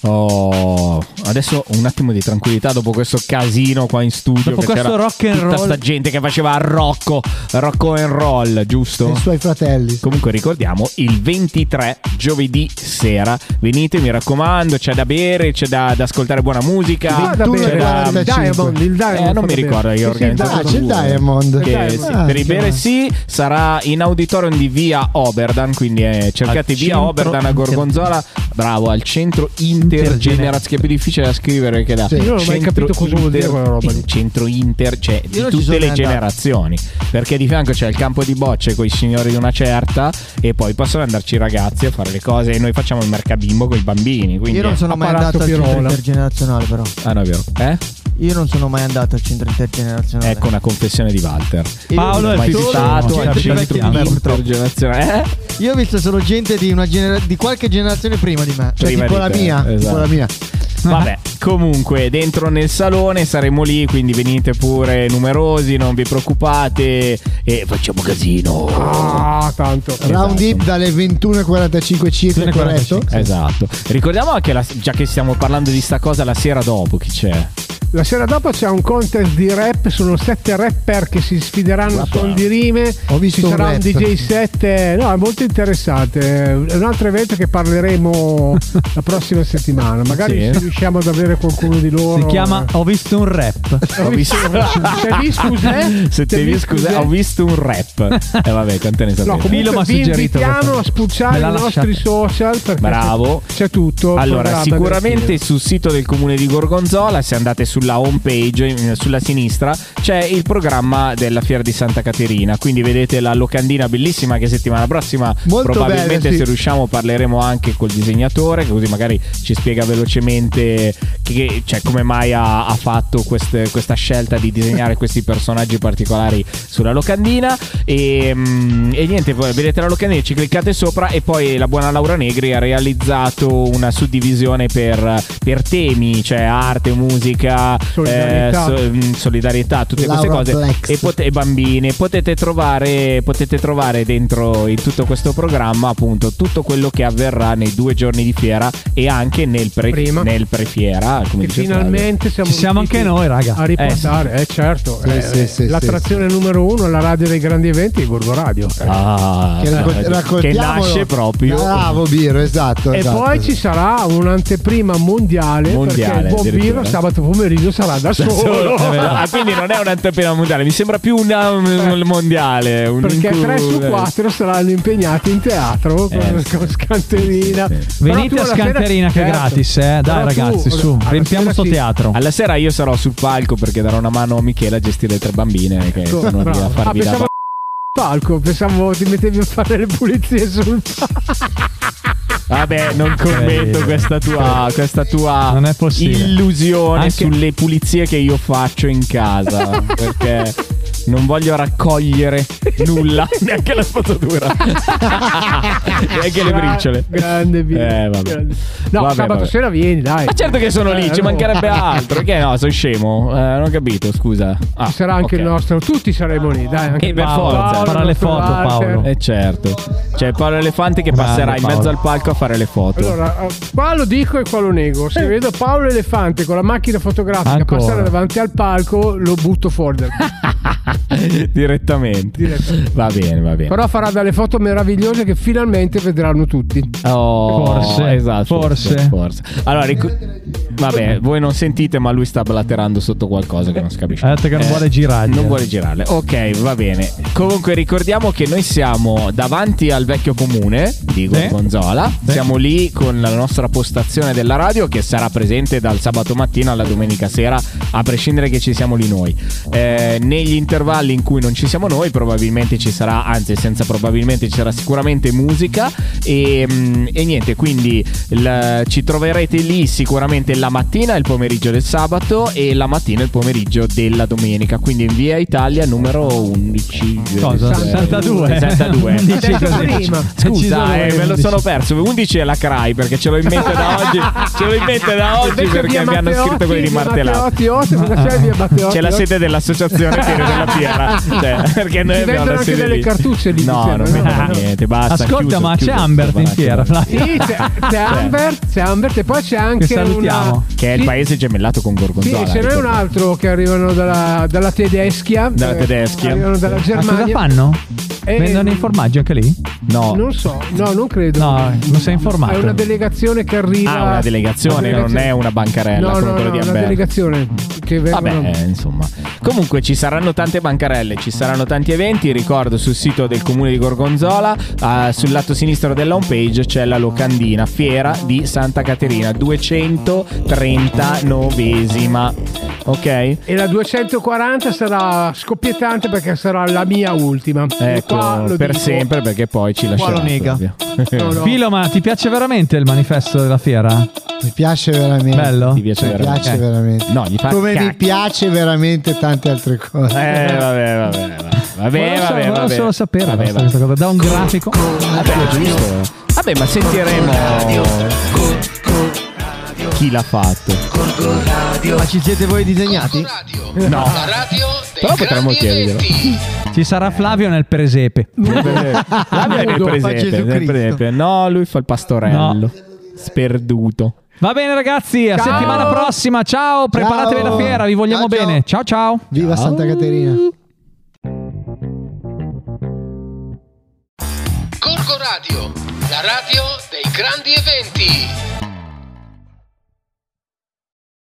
[SPEAKER 5] Oh, adesso un attimo di tranquillità dopo questo casino qua in studio.
[SPEAKER 4] Dopo
[SPEAKER 5] che
[SPEAKER 4] questo
[SPEAKER 5] c'era
[SPEAKER 4] rock and
[SPEAKER 5] tutta
[SPEAKER 4] roll.
[SPEAKER 5] sta gente che faceva rocco, rocco and roll, giusto?
[SPEAKER 9] I suoi fratelli.
[SPEAKER 5] Comunque ricordiamo il 23 giovedì sera. Venite, mi raccomando, c'è da bere, c'è da, da ascoltare buona musica.
[SPEAKER 2] Ah, da
[SPEAKER 5] c'è
[SPEAKER 2] bere,
[SPEAKER 5] da...
[SPEAKER 2] il Diamond, il Diamond
[SPEAKER 5] Eh, non mi
[SPEAKER 2] fa da
[SPEAKER 5] ricordo,
[SPEAKER 2] bere.
[SPEAKER 5] io ho
[SPEAKER 2] Sì, sì, il
[SPEAKER 5] organizzato
[SPEAKER 2] Diamond.
[SPEAKER 5] due.
[SPEAKER 9] Ah, c'è il Diamond.
[SPEAKER 5] Che
[SPEAKER 9] Ah,
[SPEAKER 5] sì,
[SPEAKER 9] chiaro.
[SPEAKER 5] per i bere sì, sarà in auditorium di via Oberdan, quindi eh, cercate
[SPEAKER 4] Al
[SPEAKER 5] via
[SPEAKER 4] centro
[SPEAKER 5] Oberdan a Gorgonzola, bravo, al centro intergenerazionale, che è più difficile da scrivere che da
[SPEAKER 2] Sì, io non ho mai
[SPEAKER 5] centro
[SPEAKER 2] capito cosa vuol dire
[SPEAKER 5] inter-
[SPEAKER 2] quella roba lì.
[SPEAKER 5] il Centro inter, cioè di
[SPEAKER 2] non ci
[SPEAKER 5] tutte
[SPEAKER 2] sono
[SPEAKER 5] le
[SPEAKER 2] mai andato.
[SPEAKER 5] generazioni, perché di fianco c'è il campo di bocce con i signori di una certa e poi possono andarci i ragazzi a fare le cose e noi facciamo il mercabimbo con i bambini, quindi
[SPEAKER 10] Io non sono mai andato al centro intergenerazionale, però.
[SPEAKER 5] Ah, no, è vero. Eh?
[SPEAKER 10] Io non sono mai andato al centro intergenerazionale.
[SPEAKER 5] Ecco una confessione di Walter.
[SPEAKER 10] Io
[SPEAKER 5] Paolo
[SPEAKER 10] ho
[SPEAKER 5] è
[SPEAKER 10] visto solo
[SPEAKER 5] visitato al
[SPEAKER 10] gente
[SPEAKER 5] centro
[SPEAKER 10] vecchia di me, purtroppo.
[SPEAKER 5] intergenerazionale. Eh?
[SPEAKER 10] Io ho visto solo gente di, una genera- di qualche generazione prima di me.
[SPEAKER 5] Prima
[SPEAKER 10] tipo
[SPEAKER 5] di
[SPEAKER 10] la
[SPEAKER 5] te,
[SPEAKER 10] mia. tipo
[SPEAKER 5] esatto.
[SPEAKER 10] la mia.
[SPEAKER 5] Vabbè, comunque, dentro nel salone saremo lì, quindi venite pure numerosi, non vi preoccupate e facciamo casino.
[SPEAKER 2] Ah, tanto.
[SPEAKER 9] Round deep dalle 21.45 circa, corretto?
[SPEAKER 5] Esatto. Ricordiamo anche, la- già che stiamo parlando di sta cosa, la sera dopo chi c'è?
[SPEAKER 2] La sera dopo c'è un contest di rap, sono sette rapper che si sfideranno a suon di rime.
[SPEAKER 9] Ho visto
[SPEAKER 2] Ci
[SPEAKER 9] un
[SPEAKER 2] sarà un,
[SPEAKER 9] rap.
[SPEAKER 2] DJ set, eh, no, è molto interessante. È un altro evento che parleremo la prossima settimana. Magari
[SPEAKER 4] Sì.
[SPEAKER 2] se riusciamo ad avere qualcuno di loro.
[SPEAKER 4] Si chiama Ho visto un rap.
[SPEAKER 2] Ho visto- Se Ah, vi eh? scusate-
[SPEAKER 5] Se te vi scusate, ho visto un rap. E vabbè, quante ne sapete?
[SPEAKER 2] No, comunque vi invitiamo a spulciare
[SPEAKER 5] Me
[SPEAKER 2] i
[SPEAKER 5] la
[SPEAKER 2] nostri
[SPEAKER 5] lasciate.
[SPEAKER 2] social perché
[SPEAKER 5] Bravo.
[SPEAKER 2] c'è tutto.
[SPEAKER 5] Allora,
[SPEAKER 2] Programma
[SPEAKER 5] sicuramente
[SPEAKER 2] divertito.
[SPEAKER 5] sul sito del comune di Gorgonzola, se andate sulla home page, in- sulla sinistra, c'è il programma della Fiera di Santa Caterina. Quindi vedete la locandina bellissima che settimana prossima
[SPEAKER 9] Molto
[SPEAKER 5] probabilmente
[SPEAKER 9] bella, sì.
[SPEAKER 5] se riusciamo parleremo anche col disegnatore, che così magari ci spiega velocemente che- cioè, come mai ha, ha fatto queste- questa scelta di disegnare questi personaggi particolari sulla locandina. E, mm, e niente, voi vedete la locandina, ci cliccate sopra e poi la buona Laura Negri ha realizzato una suddivisione per, per temi, cioè arte, musica, eh,
[SPEAKER 2] Solidarietà.
[SPEAKER 5] so- mm, solidarietà, tutte
[SPEAKER 2] Laura
[SPEAKER 5] queste cose.
[SPEAKER 2] Plex.
[SPEAKER 5] E pot- e bambine potete trovare, potete trovare dentro in tutto questo programma appunto tutto quello che avverrà nei due giorni di fiera e anche nel, pre-
[SPEAKER 2] Prima.
[SPEAKER 5] nel prefiera come
[SPEAKER 2] E
[SPEAKER 5] dice
[SPEAKER 2] finalmente siamo,
[SPEAKER 5] Flavio.
[SPEAKER 2] riusciti A riportare, eh, certo.
[SPEAKER 5] Sì,
[SPEAKER 2] Eh,
[SPEAKER 5] sì, sì,
[SPEAKER 2] l'attrazione numero uno alla radio dei grandi eventi è Gorgo Radio.
[SPEAKER 5] Ah,
[SPEAKER 9] Che, racco-
[SPEAKER 5] eh, che
[SPEAKER 9] raccontiamolo.
[SPEAKER 5] nasce proprio
[SPEAKER 9] Bravo Biro, esatto.
[SPEAKER 2] E
[SPEAKER 9] esatto.
[SPEAKER 2] poi ci sarà un'anteprima mondiale,
[SPEAKER 5] Mondiale,
[SPEAKER 2] perché il buon
[SPEAKER 5] addirittura.
[SPEAKER 2] Biro sabato pomeriggio sarà da
[SPEAKER 5] Da
[SPEAKER 2] solo.
[SPEAKER 5] solo, è vero. Ah, quindi non è un'anteprima mondiale mi sembra più una- un mondiale un
[SPEAKER 2] Eh. Perché
[SPEAKER 5] incu-
[SPEAKER 2] 3 su 4 saranno impegnati in teatro con,
[SPEAKER 5] Eh, sì.
[SPEAKER 2] con Scanterina. Però
[SPEAKER 4] Venite
[SPEAKER 2] tu
[SPEAKER 4] a
[SPEAKER 2] alla sera-
[SPEAKER 4] Scanterina che è
[SPEAKER 2] Certo.
[SPEAKER 4] gratis, eh. Dai
[SPEAKER 2] Però tu-
[SPEAKER 4] ragazzi, su,
[SPEAKER 2] alla
[SPEAKER 4] riempiamo
[SPEAKER 2] sera
[SPEAKER 4] sto
[SPEAKER 2] sì.
[SPEAKER 4] teatro.
[SPEAKER 5] alla sera io sarò sul palco perché darò una mano a Michela a gestire le tre bambine che
[SPEAKER 2] Ecco,
[SPEAKER 5] sono lì
[SPEAKER 2] bravo.
[SPEAKER 5] a
[SPEAKER 2] Ah,
[SPEAKER 5] farvi la
[SPEAKER 2] pensavo palco, pensavo ti mettevi a fare le pulizie sul palco.
[SPEAKER 5] Vabbè, non commento
[SPEAKER 4] Eh,
[SPEAKER 5] questa tua, questa tua
[SPEAKER 4] Non è possibile.
[SPEAKER 5] illusione
[SPEAKER 4] Anche-
[SPEAKER 5] sulle pulizie che io faccio in casa. perché non voglio raccogliere nulla, neanche la spazzatura, neanche le briciole.
[SPEAKER 2] Ah, Grande Biro.
[SPEAKER 5] Eh, vabbè.
[SPEAKER 2] grande. No,
[SPEAKER 5] Vabbè,
[SPEAKER 2] sabato
[SPEAKER 5] vabbè.
[SPEAKER 2] sera vieni, dai.
[SPEAKER 5] Ma certo che sono
[SPEAKER 2] Eh,
[SPEAKER 5] lì, ci
[SPEAKER 2] no.
[SPEAKER 5] mancherebbe altro. Che no, sono scemo. Eh, non ho capito, scusa. Ah,
[SPEAKER 2] Ci sarà anche
[SPEAKER 5] ok.
[SPEAKER 2] il nostro, tutti saremo lì, dai. Anche
[SPEAKER 5] Eh, per
[SPEAKER 2] Paolo,
[SPEAKER 5] forza.
[SPEAKER 2] Paolo,
[SPEAKER 5] Farà
[SPEAKER 4] le
[SPEAKER 2] il nostro
[SPEAKER 4] foto,
[SPEAKER 2] Walter.
[SPEAKER 4] Paolo.
[SPEAKER 5] Eh certo, c'è Paolo Elefante che
[SPEAKER 4] Grande
[SPEAKER 5] passerà in
[SPEAKER 4] Paolo.
[SPEAKER 5] mezzo al palco a fare le foto.
[SPEAKER 2] Allora, eh, qua lo dico e qua lo nego. Se vedo Paolo Elefante con la macchina fotografica
[SPEAKER 5] Ancora.
[SPEAKER 2] passare davanti al palco, lo butto fuori dal
[SPEAKER 5] Direttamente. Va bene, va bene.
[SPEAKER 2] Però farà delle foto meravigliose che finalmente vedranno tutti.
[SPEAKER 5] Oh,
[SPEAKER 4] Forse,
[SPEAKER 5] esatto,
[SPEAKER 4] forse.
[SPEAKER 5] forse. Allora, ric- vabbè, voi non sentite, ma lui sta blaterando sotto qualcosa che non si capisce. Eh,
[SPEAKER 4] Ha detto che non vuole girargli.
[SPEAKER 5] Non vuole girarle. Ok, va bene. Comunque, ricordiamo che noi siamo davanti al vecchio comune di Gorgonzola.
[SPEAKER 4] Sì.
[SPEAKER 5] Siamo lì con la nostra postazione della radio che sarà presente dal sabato mattina alla domenica sera, a prescindere che ci siamo lì noi. Eh, negli intervalli in cui non ci siamo noi, probabilmente ci sarà, anzi, senza probabilmente ci sarà sicuramente musica. E, mm, e niente, quindi il- ci troverete lì sicuramente la mattina, il pomeriggio del sabato e la mattina e il pomeriggio della domenica. Quindi in via Italia numero Eh, 11.
[SPEAKER 4] Cosa? 62.
[SPEAKER 5] 62.
[SPEAKER 4] 11, così.
[SPEAKER 2] Prima.
[SPEAKER 5] Scusa, eh, me lo
[SPEAKER 4] 11.
[SPEAKER 5] sono perso. 11 è la CRAI perché ce l'ho in mente da oggi. Ce l'ho in mente da oggi
[SPEAKER 2] Invece
[SPEAKER 5] perché
[SPEAKER 2] via
[SPEAKER 5] mi hanno
[SPEAKER 2] Matteotti,
[SPEAKER 5] scritto quelli di
[SPEAKER 2] via
[SPEAKER 5] Martellati. Ah.
[SPEAKER 2] Matteotti, Otte, cosa c'è via Matteotti?
[SPEAKER 5] C'è la sede dell'associazione Fiere della Fiera. Cioè, perché noi
[SPEAKER 2] Ci dai
[SPEAKER 5] abbiamo
[SPEAKER 2] mettere anche
[SPEAKER 5] sede
[SPEAKER 2] delle
[SPEAKER 5] lì.
[SPEAKER 2] cartucce lì.
[SPEAKER 5] No,
[SPEAKER 2] insieme,
[SPEAKER 5] non
[SPEAKER 2] no?
[SPEAKER 5] metto niente, basta.
[SPEAKER 4] Ascolta,
[SPEAKER 5] chiuso,
[SPEAKER 4] ma
[SPEAKER 5] chiuso,
[SPEAKER 4] c'è Ambert
[SPEAKER 5] basta,
[SPEAKER 4] in fiera,
[SPEAKER 5] basta.
[SPEAKER 4] Flavio?
[SPEAKER 2] Sì, c'è, c'è Ambert, c'è Ambert e poi c'è anche
[SPEAKER 5] Che salutiamo.
[SPEAKER 2] una-
[SPEAKER 5] Che è il
[SPEAKER 2] sì,
[SPEAKER 5] paese gemellato con
[SPEAKER 2] Sì,
[SPEAKER 5] Gorgonzola.
[SPEAKER 2] ce n'è un altro che arrivano dalla, dalla Tedeschia.
[SPEAKER 5] Dalla
[SPEAKER 2] eh,
[SPEAKER 5] Tedeschia.
[SPEAKER 2] Arrivano dalla
[SPEAKER 5] Ah,
[SPEAKER 2] Germania.
[SPEAKER 4] cosa fanno?
[SPEAKER 2] Eh,
[SPEAKER 4] Vendono i formaggi anche lì?
[SPEAKER 5] No.
[SPEAKER 2] Non so, no, non credo.
[SPEAKER 4] No, non sei informato.
[SPEAKER 2] È una delegazione che arriva.
[SPEAKER 5] Ah, una delegazione, non è una bancarella
[SPEAKER 2] No,
[SPEAKER 5] come
[SPEAKER 2] no,
[SPEAKER 5] quella
[SPEAKER 2] no,
[SPEAKER 5] di
[SPEAKER 2] una
[SPEAKER 5] Amber.
[SPEAKER 2] delegazione che vengono.
[SPEAKER 5] Vabbè, eh, insomma. Comunque ci saranno tante bancarelle, ci saranno tanti eventi. Ricordo sul sito del comune di Gorgonzola, eh, sul lato sinistro della homepage c'è la locandina Fiera di Santa Caterina, 239esima. Ok?
[SPEAKER 2] E la 240 sarà scoppiettante perché sarà la mia ultima. Qua
[SPEAKER 5] Ecco,
[SPEAKER 2] lo
[SPEAKER 5] per
[SPEAKER 2] dico.
[SPEAKER 5] sempre perché poi ci lascerà.
[SPEAKER 2] lo nega.
[SPEAKER 4] Filo, ma ti piace veramente il manifesto della fiera?
[SPEAKER 9] Mi piace veramente.
[SPEAKER 4] Bello?
[SPEAKER 5] Ti piace
[SPEAKER 9] Mi
[SPEAKER 5] veramente?
[SPEAKER 9] piace
[SPEAKER 5] Eh.
[SPEAKER 9] veramente.
[SPEAKER 5] No, gli fa
[SPEAKER 9] Come mi
[SPEAKER 5] cacca.
[SPEAKER 9] piace veramente tante altre cose.
[SPEAKER 5] Eh, vabbè, vabbè, vabbè. Vabbè,
[SPEAKER 4] Volevo solo-
[SPEAKER 5] vabbè,
[SPEAKER 4] volevo
[SPEAKER 5] vabbè.
[SPEAKER 4] solo sapere basta
[SPEAKER 5] Vabbè, vabbè.
[SPEAKER 4] questa cosa. Da un grafico.
[SPEAKER 5] Vabbè, giusto. Vabbè, ma sentiremo chi l'ha fatto.
[SPEAKER 10] Ma ci siete voi disegnati?
[SPEAKER 5] No. Però potremmo chiederlo.
[SPEAKER 4] Ci sarà Flavio nel presepe.
[SPEAKER 5] Flavio è nel presepe, nel presepe. No, lui fa il pastorello. Sperduto.
[SPEAKER 4] Va bene ragazzi, a
[SPEAKER 5] Ciao.
[SPEAKER 4] settimana prossima. Ciao, preparatevi alla fiera, vi vogliamo
[SPEAKER 9] Ciao, ciao.
[SPEAKER 4] bene. Ciao ciao.
[SPEAKER 9] Viva
[SPEAKER 4] Ciao.
[SPEAKER 9] Santa Caterina.
[SPEAKER 1] Corco Radio, la radio dei grandi eventi.